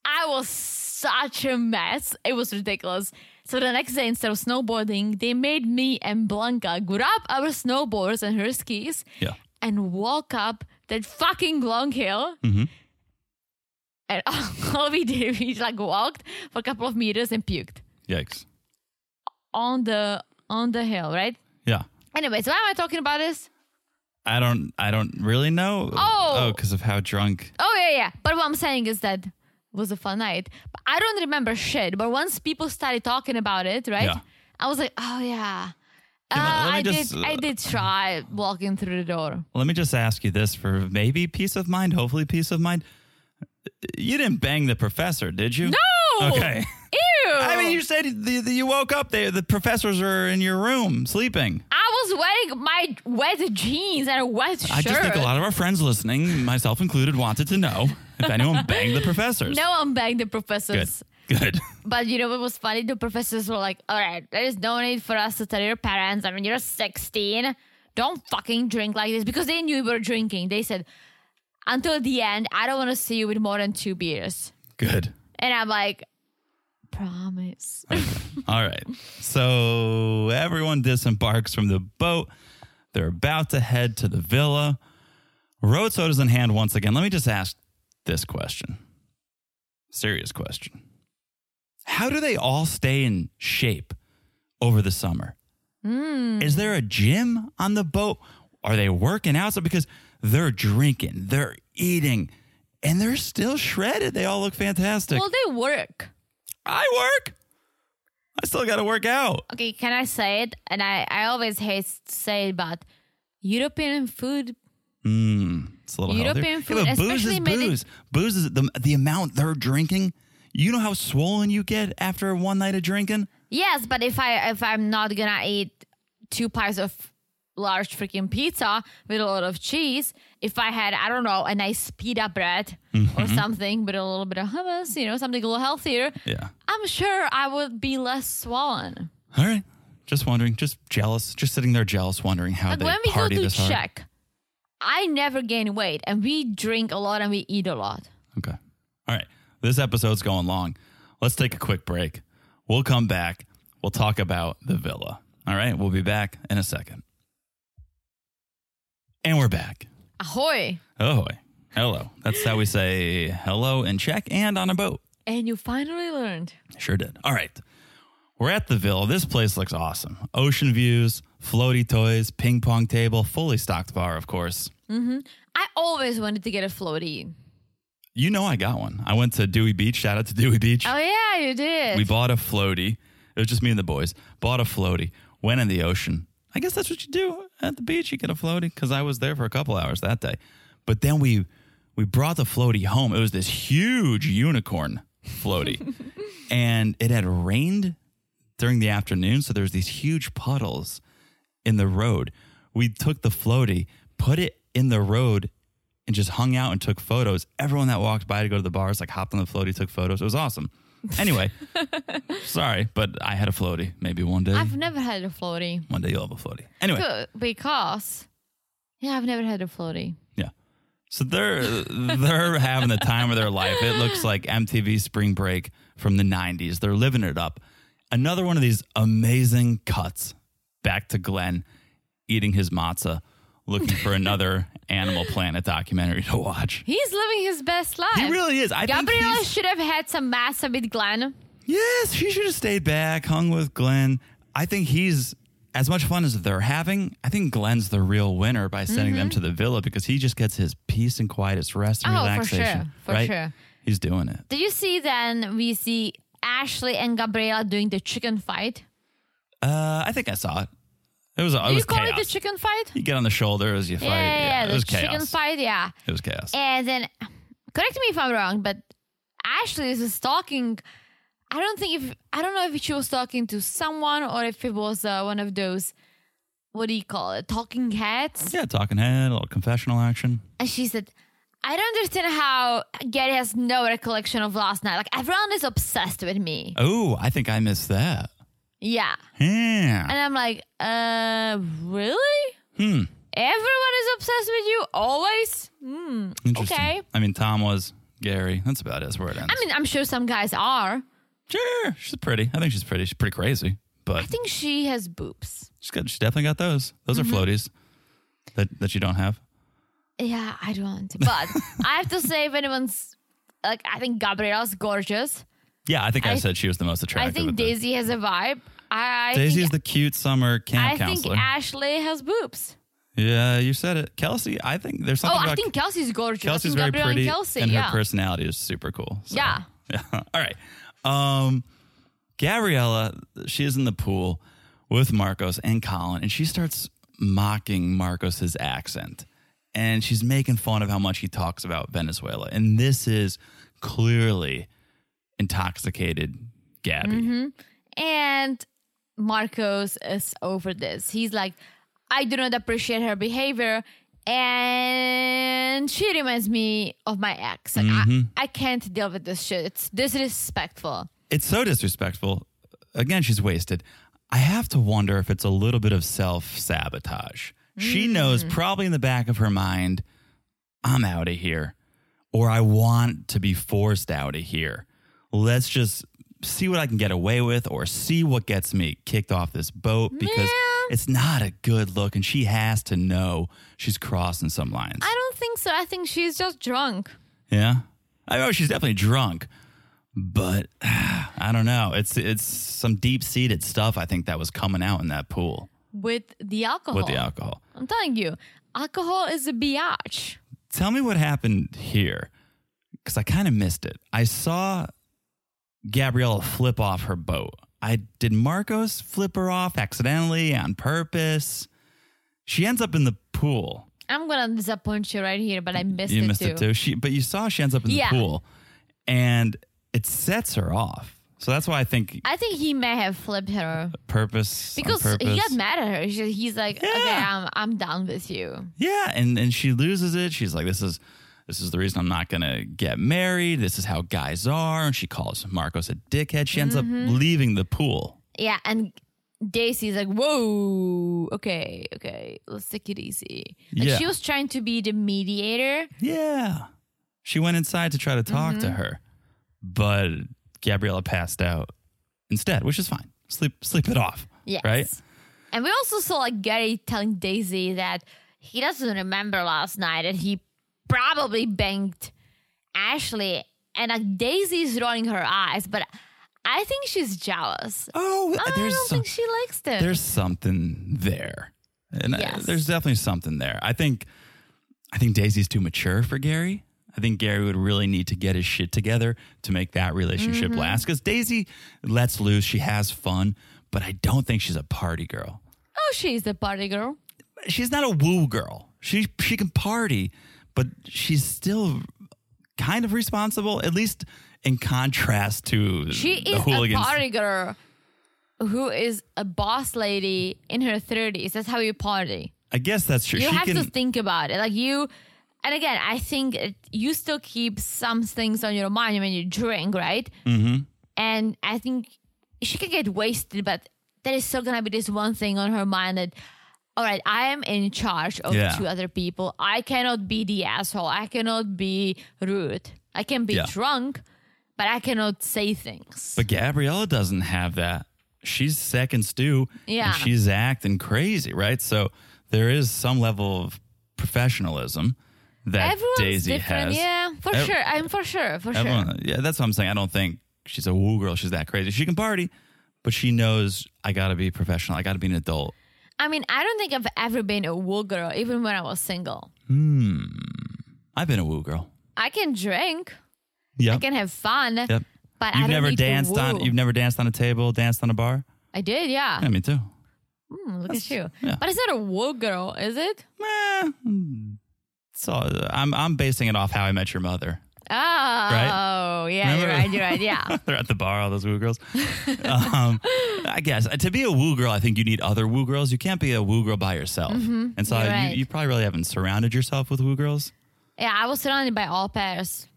I was such a mess. It was ridiculous. So the next day, instead of snowboarding, they made me and Blanca grab our snowboards and her skis
Yeah.
and walk up that fucking long hill. And <laughs> all we did, we like walked for a couple of meters and puked
Yikes.
on the on the hill, right?
Yeah.
Anyways, why am I talking about this?
I don't I don't really know.
Oh.
because of how drunk.
Oh yeah, yeah. But what I'm saying is that it was a fun night. But I don't remember shit. But once people started talking about it, right?
Yeah.
I was like, oh yeah.
Yeah,
Uh,
let me
I
just,
did.
uh,
I did try walking through the door.
Let me just ask you this for maybe peace of mind, hopefully peace of mind. You didn't bang the professor, did you?
No.
Okay.
Ew.
<laughs> I mean, you said the, the, you woke up. They, the professors were in your room sleeping.
I was wearing my wet jeans and a wet shirt.
I just think a lot of our friends listening, myself included, wanted to know if anyone banged the professors.
no one banged the
Good.
professors.
Good.
But you know what was funny? The professors were like, all right, there is no need for us to tell your parents. I mean, you're 16. Don't fucking drink like this because they knew you were drinking. They said, until the end, I don't want to see you with more than two beers.
Good.
And I'm like, promise.
<laughs> All right. So everyone disembarks from the boat. They're about to head to the villa. Road sodas in hand once again. Let me just ask this question. Serious question. How do they all stay in shape over the summer? Is there a gym on the boat? Are they working out? So because they're drinking, they're eating, and they're still shredded. They all look fantastic.
Well, they work.
I work. I still got to work out.
Okay, can I say it? And I, I always hate to say it, but European food
Mm, it's a little
European
healthier.
food,
but booze is
especially made it-
booze. booze is the, the amount they're drinking. You know how swollen you get after one night of drinking?
Yes, but if I if I'm not gonna eat two pies of large freaking pizza with a lot of cheese, if I had I don't know a nice pita bread or
Mm-hmm.
something with a little bit of hummus, you know, something a little healthier,
Yeah.
I'm sure I would be less swollen.
All right. Just wondering, just jealous, just sitting there jealous, wondering how
Like
they
when we go
party
to
this hard.
Czech, I never gain weight, and we drink a lot and we eat a lot.
Okay. All right. This episode's going long. Let's take a quick break. We'll come back. We'll talk about the villa. All right. We'll be back in a second. And we're back.
Ahoy!
Ahoy. Hello. That's how we say hello in Czech and on a boat.
And you finally learned.
Sure did. All right. We're at the Ville. This place looks awesome. Ocean views, floaty toys, ping pong table, fully stocked bar, of course.
I always wanted to get a floaty.
You know I got one. I went to Dewey Beach. Shout out to Dewey Beach.
Oh yeah, you did.
We bought a floaty. It was just me and the boys. Bought a floaty. Went in the ocean. I guess that's what you do at the beach. You get a floaty because I was there for a couple hours that day. But then we we brought the floaty home. It was this huge unicorn floaty, and it had rained during the afternoon, so there's these huge puddles in the road. We took the floaty, put it in the road, and just hung out and took photos. Everyone that walked by to go to the bars like hopped on the floaty, took photos. It was awesome. Anyway, sorry, but I had a floaty. Maybe one day,
I've never had a floaty.
one day you'll have a floaty. Anyway,
Good, because yeah, I've never had a floaty.
yeah. So they're they're having the time of their life. It looks like MTV Spring Break from the '90s. They're living it up. Another one of these amazing cuts. Back to Glenn eating his matzah, looking for another Animal Planet documentary to watch.
He's living his best life.
He really is. I think
Gabriela
he's-
should have had some massa with Glenn.
Yes, she should have stayed back, hung with Glenn. I think he's as much fun as they're having. I think Glenn's the real winner by sending them to the villa because he just gets his peace and quiet, his rest and
Mm-hmm. Oh, for
relaxation.
sure, for
right?
sure.
He's doing it.
Did you see then we see Ashley and Gabriela doing the chicken fight?
Uh, I think I saw it. It was. It
Did
was
you call
chaos.
it the chicken fight?
You get on the shoulders, you fight.
yeah, yeah, yeah,
it
the
was
chicken
chaos.
fight, yeah.
It was chaos.
And then correct me if I'm wrong, but Ashley was talking I don't think if I don't know if she was talking to someone or if it was uh, one of those what do you call it? Talking heads.
yeah, talking head, a little confessional action.
And she said, I don't understand how Gary has no recollection of last night. Like, everyone is obsessed with me.
Oh, I think I missed that.
Yeah.
Yeah.
And I'm like, uh, really? Hmm. Everyone is obsessed with you always? Hmm.
Interesting.
okay.
I mean, Tom was Gary. That's about it. That's where it ends.
I mean, I'm sure some guys are.
Sure, she's pretty. I think she's pretty. She's pretty crazy, but
I think Mm-hmm. she has boobs.
she's got. She definitely got those. Those are floaties that that you don't have.
Yeah, I
<laughs>
don't. But I have to say, if anyone's like, I think Gabriela's gorgeous.
Yeah, I think I,
I-
said she was the most attractive.
I think
of the-
Daisy has a vibe. I, I
Daisy's
think,
the cute summer camp
I
counselor.
think Ashley has boobs.
yeah, you said it, Kelsey. I think there's
Oh,
something
I
about
think Kelsey's gorgeous.
Kelsey's
I think
very
Gabrielle
pretty,
and Kelsey.
and
yeah.
her personality is super cool. so- <laughs>
Yeah.
All right. Um, Gabriella, she is in the pool with Marcos and Colin, and she starts mocking Marcos's accent. And she's making fun of how much he talks about Venezuela. And this is clearly intoxicated
Mm-hmm.
Gabby.
and Marcos is over this. He's like, I do not appreciate her behavior. And she reminds me of my ex. Like,
Mm-hmm.
I, I can't deal with this shit. It's disrespectful.
It's so disrespectful. Again, she's wasted. I have to wonder if it's a little bit of self sabotage. She knows probably in the back of her mind, I'm out of here, or I want to be forced out of here. Let's just see what I can get away with, or see what gets me kicked off this boat because
Yeah.
it's not a good look. And she has to know she's crossing some lines.
I don't think so. I think she's just drunk.
Yeah. I know she's definitely drunk, but <sighs> I don't know. It's it's some deep seated stuff I think that was coming out in that pool
With the alcohol.
with the alcohol.
I'm telling you, alcohol is a biatch.
Tell me what happened here cuz I kind of missed it. I saw Gabriella flip off her boat. I did Marcos flip her off accidentally on purpose. She ends up in the pool.
I'm gonna disappoint you right here, but I missed
you
it
missed
too.
it too. She, but you saw she ends up in
Yeah.
the pool, and it sets her off. So that's why I think
I think he may have flipped her.
purpose on
because he
purpose.
got mad at her. She, he's like, okay,
Yeah.
I'm, I'm down with you.
yeah and and she loses it she's like this is this is the reason i'm not gonna get married this is how guys are and she calls marcos a dickhead she ends
Mm-hmm.
up leaving the pool
Yeah, and Daisy's like, whoa, okay, okay, let's take it easy. Like
Yeah.
she was trying to be the mediator.
yeah she went inside to try to talk
Mm-hmm.
to her but gabriella passed out instead which is fine sleep sleep it off
Yes.
right
And we also saw like Gary telling Daisy that he doesn't remember last night and he probably banged Ashley. And like Daisy's rolling her eyes, but I think she's jealous.
oh
I
there's
don't
some-
think she likes them.
there's something there and uh,
Yes.
there's definitely something there i think i think daisy's too mature for gary i think gary would really need to get his shit together to make that relationship
Mm-hmm.
last because daisy lets loose she has fun but i don't think she's a party girl
oh, she's the party girl.
she's not a woo girl she she can party but she's still kind of responsible at least in contrast to
She
the
is a
hooligans
party girl who is a boss lady in her 30s. That's how you party.
i guess that's true
You
she
have
can
to think about it. Like you, and again, I think it, you still keep some things on your mind when you drink, right? Mm-hmm. And I think she can get wasted, but there is still going to be this one thing on her mind that, all right, I am in charge of
Yeah.
two other people. I cannot be the asshole. I cannot be rude. I can be
Yeah.
drunk, but I cannot say things.
But Gabriella doesn't have that. She's second stew.
Yeah.
And she's acting crazy, right? So there is some level of professionalism that
Everyone's
Daisy
different.
has.
Yeah, for
Ev-
sure. I'm for sure. For sure.
Everyone- yeah, that's what I'm saying. I don't think she's a woo girl. She's that crazy. She can party, but she knows I got to be professional. I got to be an adult.
I mean, I don't think I've ever been a woo girl, even when I was single.
I've been a woo girl.
I can drink,
Yep.
I can have fun,
Yep.
but I
You've
don't
never
need
danced
to woo.
on. You've never danced on a table, danced on a bar.
I did, yeah.
Yeah, me too.
Mm, look at you.
yeah.
But it's not a woo girl, is it?
Meh. So I'm I'm basing it off how I met your mother.
Oh, yeah, you're
Remember?
right, you're right,
<laughs>
yeah.
They're at the bar, all those woo girls. um, I guess uh, to be a woo girl, I think you need other woo girls. You can't be a woo girl by yourself. And so
Mm-hmm. You're
you
right.
you, probably really haven't surrounded yourself with woo girls.
Yeah, I was surrounded by all pairs.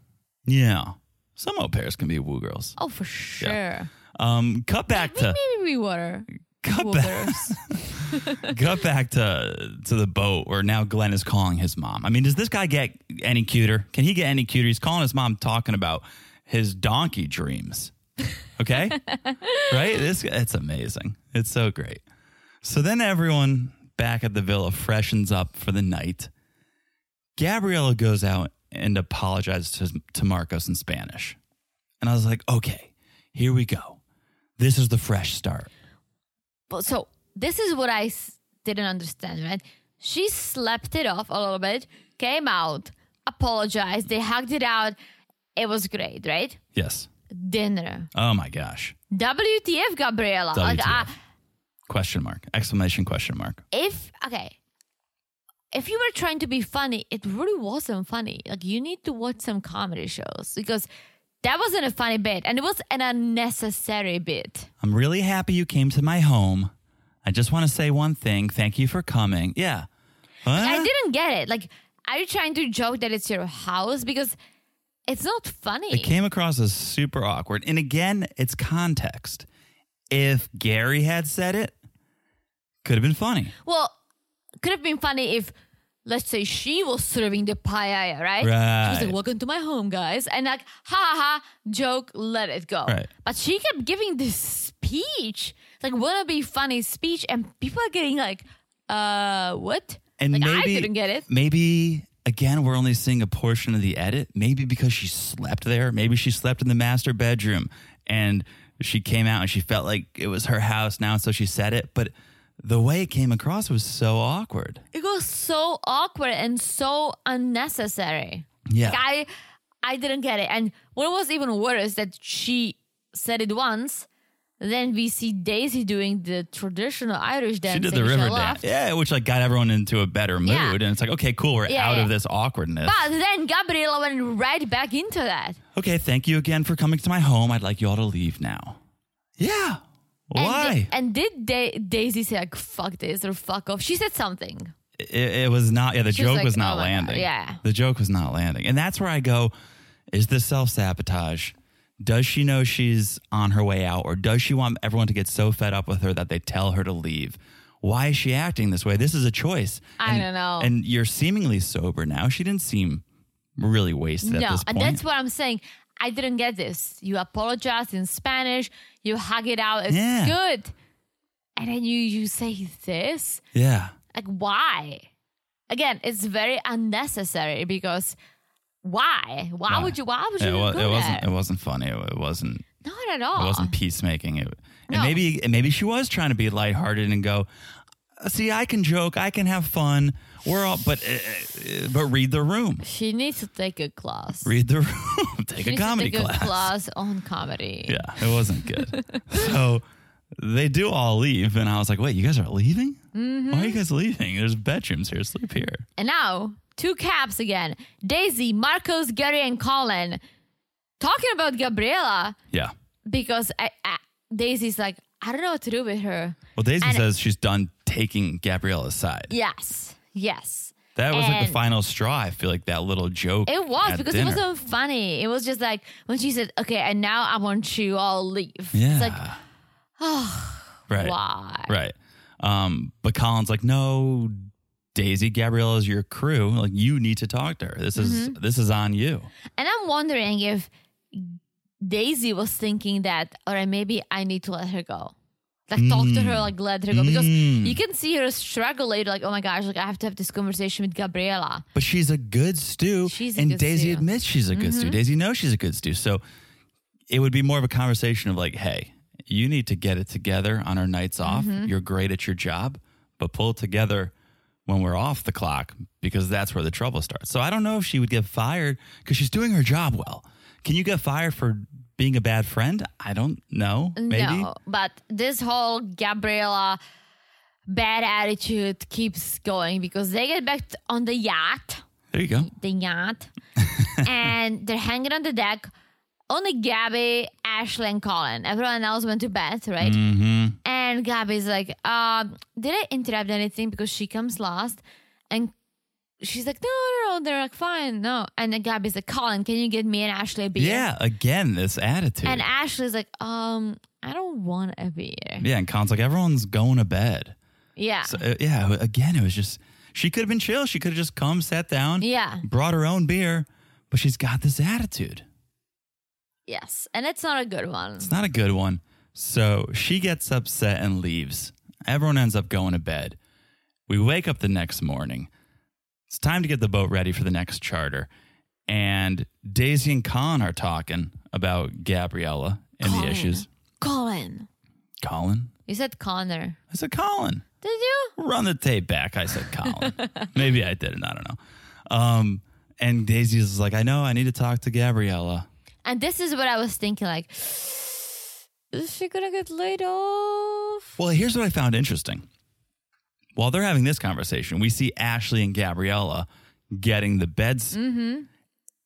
Yeah, some au pairs can be woo girls.
Oh, for sure.
Um, cut back to
Maybe we were
cut
woo
back,
girls.
cut back to to the boat where now Glenn is calling his mom. I mean, does this guy get any cuter? Can he get any cuter? He's calling his mom, talking about his donkey dreams. Okay, right? This it's amazing. It's so great. So then everyone back at the villa freshens up for the night. Gabriella goes out and apologizes to, to Marcos in Spanish. And I was like, okay, here we go. This is the fresh start.
But so this is what I s- didn't understand, right? She slept it off a little bit, came out, apologized, they hugged it out. It was great, right?
Yes.
Dinner.
Oh my gosh.
WTF, Gabriella. Like, uh, I,
WTF. Question mark. Exclamation question mark.
if, okay, if you were trying to be funny, it really wasn't funny. Like, you need to watch some comedy shows because that wasn't a funny bit and it was an unnecessary bit.
I'm really happy you came to my home. I just want to say one thing. Thank you for coming. Yeah.
I
Huh?
didn't get it. Like, are you trying to joke that it's your house? Because it's not funny.
It came across as super awkward. And again, it's context. If Gary had said it, could have been funny.
Well, could have been funny if, let's say, she was serving the paella, right? She was
Right.
like, "Welcome to my home, guys," and like, ha ha ha, joke, let it go.
Right.
But she kept giving this speech, like, wanna be funny speech, and people are getting like, "Uh, what?"
And
like,
maybe
I didn't get it.
Maybe again, we're only seeing a portion of the edit. Maybe because she slept there. Maybe she slept in the master bedroom and she came out and she felt like it was her house now, and so she said it. But the way it came across was so awkward.
It was so awkward and so unnecessary.
Yeah.
Like, I, I didn't get it. And what was even worse that she said it once. Then we see Daisy doing the traditional Irish dance.
she did
that
the
Michelle
river
loved.
dance. Yeah, which like got everyone into a better mood.
Yeah.
And it's like, okay, cool, we're
Yeah,
out
yeah.
of this awkwardness.
But then Gabriela went right back into that.
okay, thank you again for coming to my home. I'd like you all to leave now. Yeah.
And
Why?
di- And, did da- Daisy say like "fuck this" or "fuck off"? She said something.
it, it was not yeah the
She was
joke was,
like,
not
"Oh my God,"
landing
yeah.
the joke was not landing and that's where i go is this self-sabotage does she know she's on her way out or does she want everyone to get so fed up with her that they tell her to leave why is she acting this way this is a choice
I
And-
don't know.
and you're seemingly sober now she didn't seem really wasted at
no,
this point
and that's what I'm saying. I didn't get this. You apologize in Spanish. You hug it out. It's
Yeah.
good. And then you you say this.
yeah
Like why? Again, it's very unnecessary because why? Why would you? Why would you?
it, wa-
go
it wasn't
there?
it wasn't funny it, it wasn't
Not at all.
It wasn't peacemaking. It, and
No.
maybe and maybe she was trying to be lighthearted and go, "Uh, "See, I can joke, I can have fun. We're all but uh, uh, but read the room.
She needs to take a class.
Read the <laughs> room. take
She
a
needs to
comedy
take
class.
A class on comedy.
Yeah, it wasn't
<laughs>
good. so they do all leave, and I was like, "Wait, you guys are leaving?
Mm-hmm.
Why are you guys leaving? There's bedrooms here. Sleep here."
And now, two caps again. Daisy, Marcos, Gary, and Colin talking about Gabriela
Yeah.
because I, I, Daisy's like, I don't know what to do with her.
Well, Daisy
And-
says she's done taking Gabriella's side.
Yes, yes.
That was like the
and-
final straw. I feel like that little joke.
It was
at
because
dinner.
it wasn't funny. It was just like when she said, okay, and now I want you all leave.
Yeah.
It's like, "Ah,
right.
why?
Right. Um, but Colin's like, no, Daisy, Gabrielle is your crew. Like you need to talk to her. This is this is on you.
And I'm wondering if Daisy was thinking that, all right, maybe I need to let her go. Like talk to
Hmm.
her, like let her go because you can see her struggle later. Like, oh my gosh, like I have to have this conversation with Gabriela.
But she's a good stew.
She's a
and
good
Daisy
stew. Mm-hmm.
admits she's a good stew. Daisy knows she's a good stew. So it would be more of a conversation of like, hey, you need to get it together on our nights off.
Mm-hmm.
You're great at your job, but pull it together when we're off the clock because that's where the trouble starts. So I don't know if she would get fired because she's doing her job well. Can you get fired for being a bad friend? I don't know. Maybe.
No, but this whole Gabriela bad attitude keeps going because they get back t- on the yacht.
There you go. <laughs>
the yacht and they're hanging on the deck. Only Gabby, Ashley, and Colin. Everyone else went to bed, right?
Mm-hmm.
And Gabby's like, um, did I interrupt anything? Because she comes last. And she's like, no, no, no. They're like, fine, no. And then Gabby's like, Colin, can you get me and Ashley a beer?
Yeah. Again, this attitude.
And Ashley's like, um, I don't want a beer.
yeah. And Con's like, everyone's going to bed.
Yeah.
So, uh, yeah, again, it was just she could have been chill. She could have just come, sat down,
Yeah.
brought her own beer, but she's got this attitude.
yes. And it's not a good one.
It's not a good one. So she gets upset and leaves. Everyone ends up going to bed. We wake up the next morning. It's time to get the boat ready for the next charter. And Daisy and Con are talking about Gabriella and the
Colin.
issues.
Colin.
Colin?
You said Connor.
I said, Colin.
Did you?
run the tape back. I said, Colin. <laughs> Maybe I didn't. I don't know. Um, and Daisy is like, I know. I need to talk to Gabriella.
And this is what I was thinking like, <sighs> is she gonna get laid off?
Well, here's what I found interesting. While they're having this conversation, we see Ashley and Gabriella getting the beds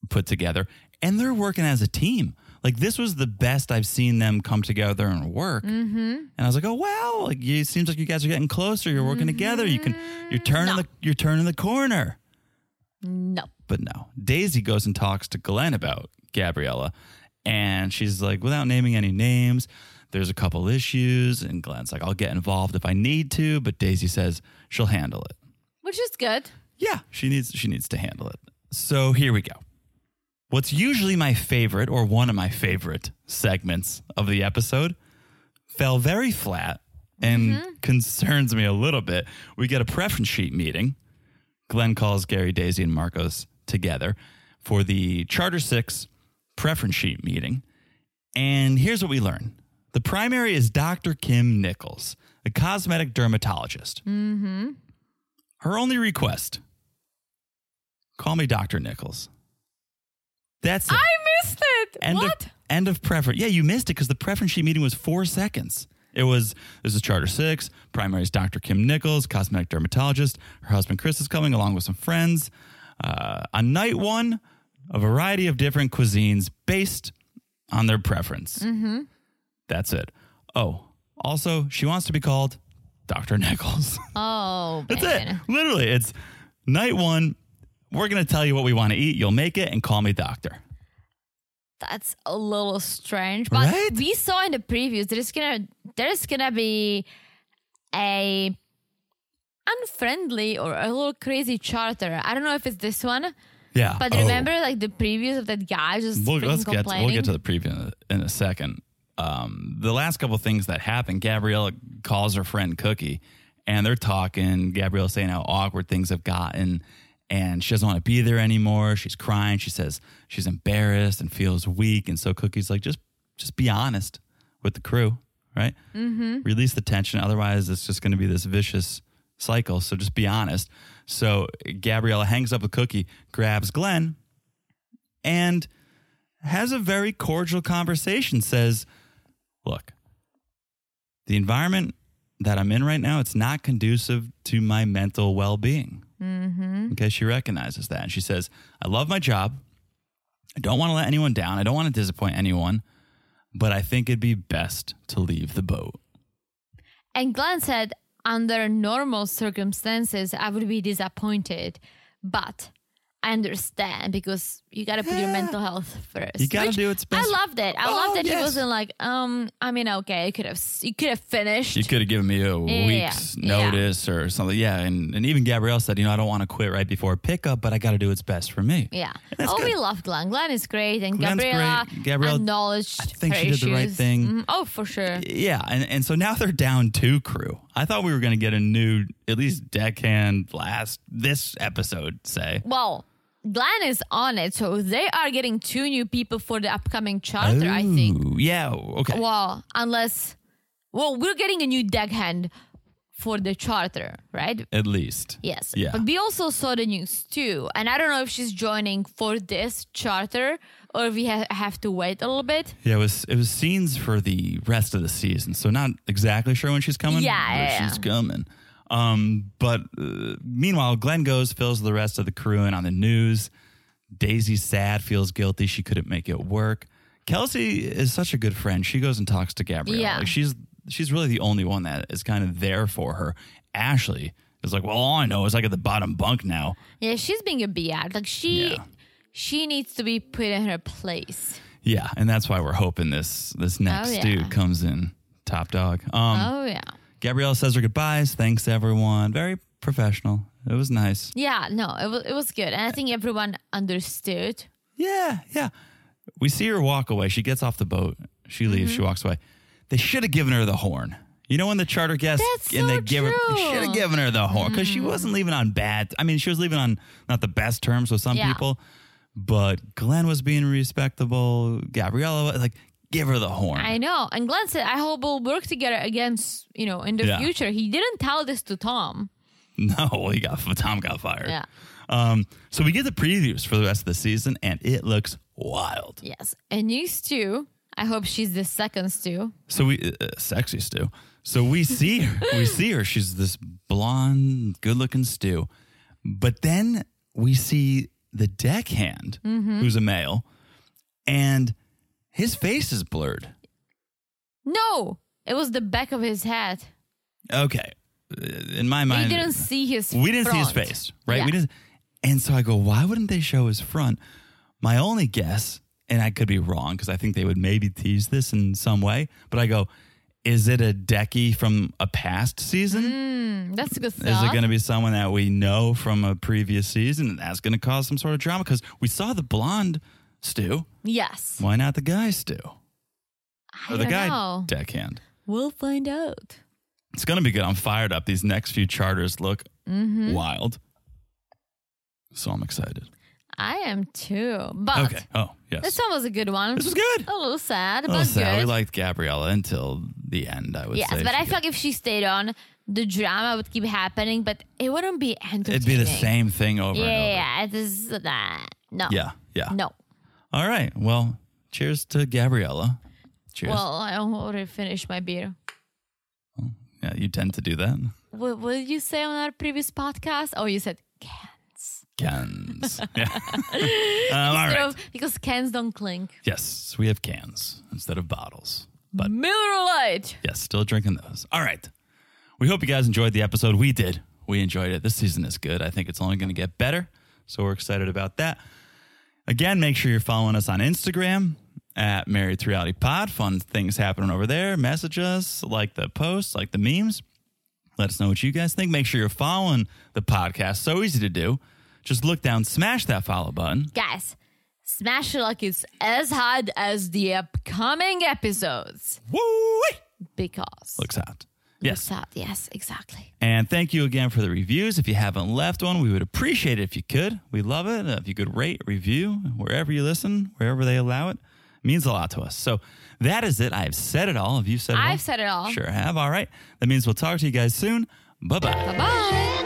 put together, and they're working as a team. Like this was the best I've seen them come together and work. Mm-hmm. And I was like, oh wow! Like you, it seems like you guys are getting closer. You're working together. You can. You're turning
No.
the. You're turning the corner.
No.
But no, Daisy goes and talks to Glenn about Gabriella, and she's like, without naming any names, there's a couple issues, and Glenn's like, I'll get involved if I need to, but Daisy says she'll handle it.
Which is good.
Yeah, she needs she needs to handle it. So here we go. What's usually my favorite or one of my favorite segments of the episode fell very flat and concerns me a little bit. We get a preference sheet meeting. Glenn calls Gary, Daisy, and Marcos together for the Charter 6 preference sheet meeting. And here's what we learn the primary is Dr. Kim Nichols, a cosmetic dermatologist. Her only request call me Dr. Nichols. That's it.
I missed it.
End
what?
Of, end of preference. Yeah, you missed it because the preference sheet meeting was four seconds. It was this is Charter Six. Primary is Dr. Kim Nichols, cosmetic dermatologist. Her husband Chris is coming along with some friends. Uh, on night one, a variety of different cuisines based on their preference. Mm-hmm. That's it. Oh, also, she wants to be called Dr. Nichols. <laughs>
oh,
That's it.
man.
Literally, it's night one. We're going to tell you what we want to eat. You'll make it and call me doctor.
That's a little strange. But
Right?
we saw in the previews there's gonna there's gonna be a unfriendly or a little crazy charter. I don't know if it's this one,
Yeah.
but
Oh.
remember like the previews of that guy just
we'll,
freaking
let's get to,
complaining.
we'll get to the preview in a, in a second. Um, the last couple things that happened, Gabrielle calls her friend Cookie, and they're talking. Gabrielle's saying how awkward things have gotten, and she doesn't want to be there anymore. She's crying. She says she's embarrassed and feels weak, and so Cookie's like, just just be honest with the crew, right? Mm-hmm. Release the tension. Otherwise, it's just going to be this vicious cycle. So just be honest. So Gabriella hangs up with Cookie, grabs Glenn, and has a very cordial conversation says look the environment that i'm in right now it's not conducive to my mental well-being mm-hmm. okay she recognizes that and she says i love my job i don't want to let anyone down i don't want to disappoint anyone but i think it'd be best to leave the boat
And Glenn said, under normal circumstances, I would be disappointed, but I understand because you gotta put your mental health first.
You gotta
which
do what's best.
I loved it. I
Oh,
loved that
yes.
it wasn't like, um, I mean, okay, you could have, you could have finished.
You could have given me a
Yeah,
week's
yeah.
notice or something. Yeah. And, and even Gabrielle said, you know, I don't want to quit right before pickup, but I got to do what's best for me.
yeah.
That's
oh,
good.
we loved Glenn. Glenn is great, and
Glenn's
Gabriella,
great. Gabrielle,
acknowledged.
I think
her
she did the right
issues.
thing.
Mhm. Oh, for sure.
Yeah. And, and so now they're down two crew. I thought we were going to get a new, at least deckhand last this episode, say.
Well, Glenn is on it, so they are getting two new people for the upcoming charter. I think.
Ooh, Yeah. Okay.
Well, unless, well, we're getting a new deckhand for the charter, right?
at least.
Yes.
Yeah.
But we also saw the news too. And I don't know if she's joining for this charter or if we ha- have to wait a little bit.
Yeah, it was it was scenes for the rest of the season, so not exactly sure when she's coming.
Yeah,
but
yeah, yeah.
she's coming. Um, but uh, meanwhile, Glenn goes fills the rest of the crew in on the news. Daisy's sad, feels guilty she couldn't make it work. Kelsey is such a good friend. She goes and talks to Gabrielle.
Yeah.
Like she's she's really the only one that is kind of there for her. Ashley is like, well, all I know is I get the bottom bunk now.
Yeah, she's being a biatch. Like she
Yeah.
she needs to be put in her place.
Yeah, and that's why we're hoping this this next
Oh, yeah.
dude comes in top dog. Um,
Oh yeah.
Gabrielle says her goodbyes. Thanks, everyone. Very professional. It was nice.
Yeah, no, it was it was good. And I think everyone understood.
Yeah, yeah. We see her walk away. She gets off the boat. She leaves.
Mm-hmm.
She walks away. They should have given her the horn. You know when the charter guests
That's
and they
so
give her they
true. Mm-hmm.
should have given her the horn because she wasn't leaving on bad. I mean, she was leaving on not the best terms with some
Yeah.
people, but Glenn was being respectable. Gabriella, like, give her the horn.
I know. And Glenn said, I hope we'll work together again, s- you know, in the
Yeah.
future. He didn't tell this to Tom.
<laughs> No, he got Tom got fired.
Yeah.
Um, so we get the previews for the rest of the season, and it looks wild.
Yes. And you, Stu. I hope she's the second Stu.
So we uh, sexy stew. So we see her.
<laughs>
we see her. She's this blonde, good-looking stew. But then we see the deckhand,
Mm-hmm.
who's a male, and his face is blurred.
No, it was the back of his head.
Okay, Uh, in my
We
mind,
didn't see his.
we didn't see his
front.
face, right?
Yeah.
We didn't. And so I go, why wouldn't they show his front? My only guess, and I could be wrong because I think they would maybe tease this in some way, but I go, is it a decky from a past season?
Mm, That's a good thought.
Is it going to be someone that we know from a previous season? And that's going to cause some sort of drama because we saw the blonde stew.
Yes.
Why not the guy stew?
I
the
don't
guy
know.
deckhand.
We'll find out.
It's going to be good. I'm fired up. These next few charters look
Mm-hmm.
wild. So I'm excited.
I am too. But
okay. Oh, yes.
this one was a good one.
This was good.
A little sad,
Oh,
but
sad. We
good.
liked Gabriella until the end, I would
yes,
say.
but
She
I feel
got-
like if she stayed on, the drama would keep happening, but it wouldn't be entertaining.
it'd be the same thing over
Yeah,
and
yeah, it is nah, no.
over. Yeah, yeah.
No.
All right. Well, cheers to Gabriella. Cheers.
Well, I already finished my beer.
yeah, you tend to do that.
What, what did you say on our previous podcast? Oh, you said cans. <laughs>
Cans. yeah. um, all
Instead
right.
of- because cans don't clink.
yes, we have cans instead of bottles. But
Miller Lite.
yes, still drinking those. All right. We hope you guys enjoyed the episode. We did. We enjoyed it. This season is good. I think it's only going to get better. So we're excited about that. Again, make sure you're following us on Instagram at Married to Reality Pod. Fun things happening over there. Message us, like the posts, like the memes. Let us know what you guys think. Make sure you're following the podcast. So easy to do. Just look down, smash that follow button.
Guys, Smash Your Luck is as hot as the upcoming episodes
Woo!
because.
Looks hot. Yes.
It's hot. Yes, exactly.
And thank you again for the reviews. If you haven't left one, we would appreciate it if you could. We love it. Uh, If you could rate, review, wherever you listen, wherever they allow it, It means a lot to us. So that is it. I have said it all. Have you said it all?
I've said it all.
Sure have. All right. That means we'll talk to you guys soon. Bye bye.
Bye bye.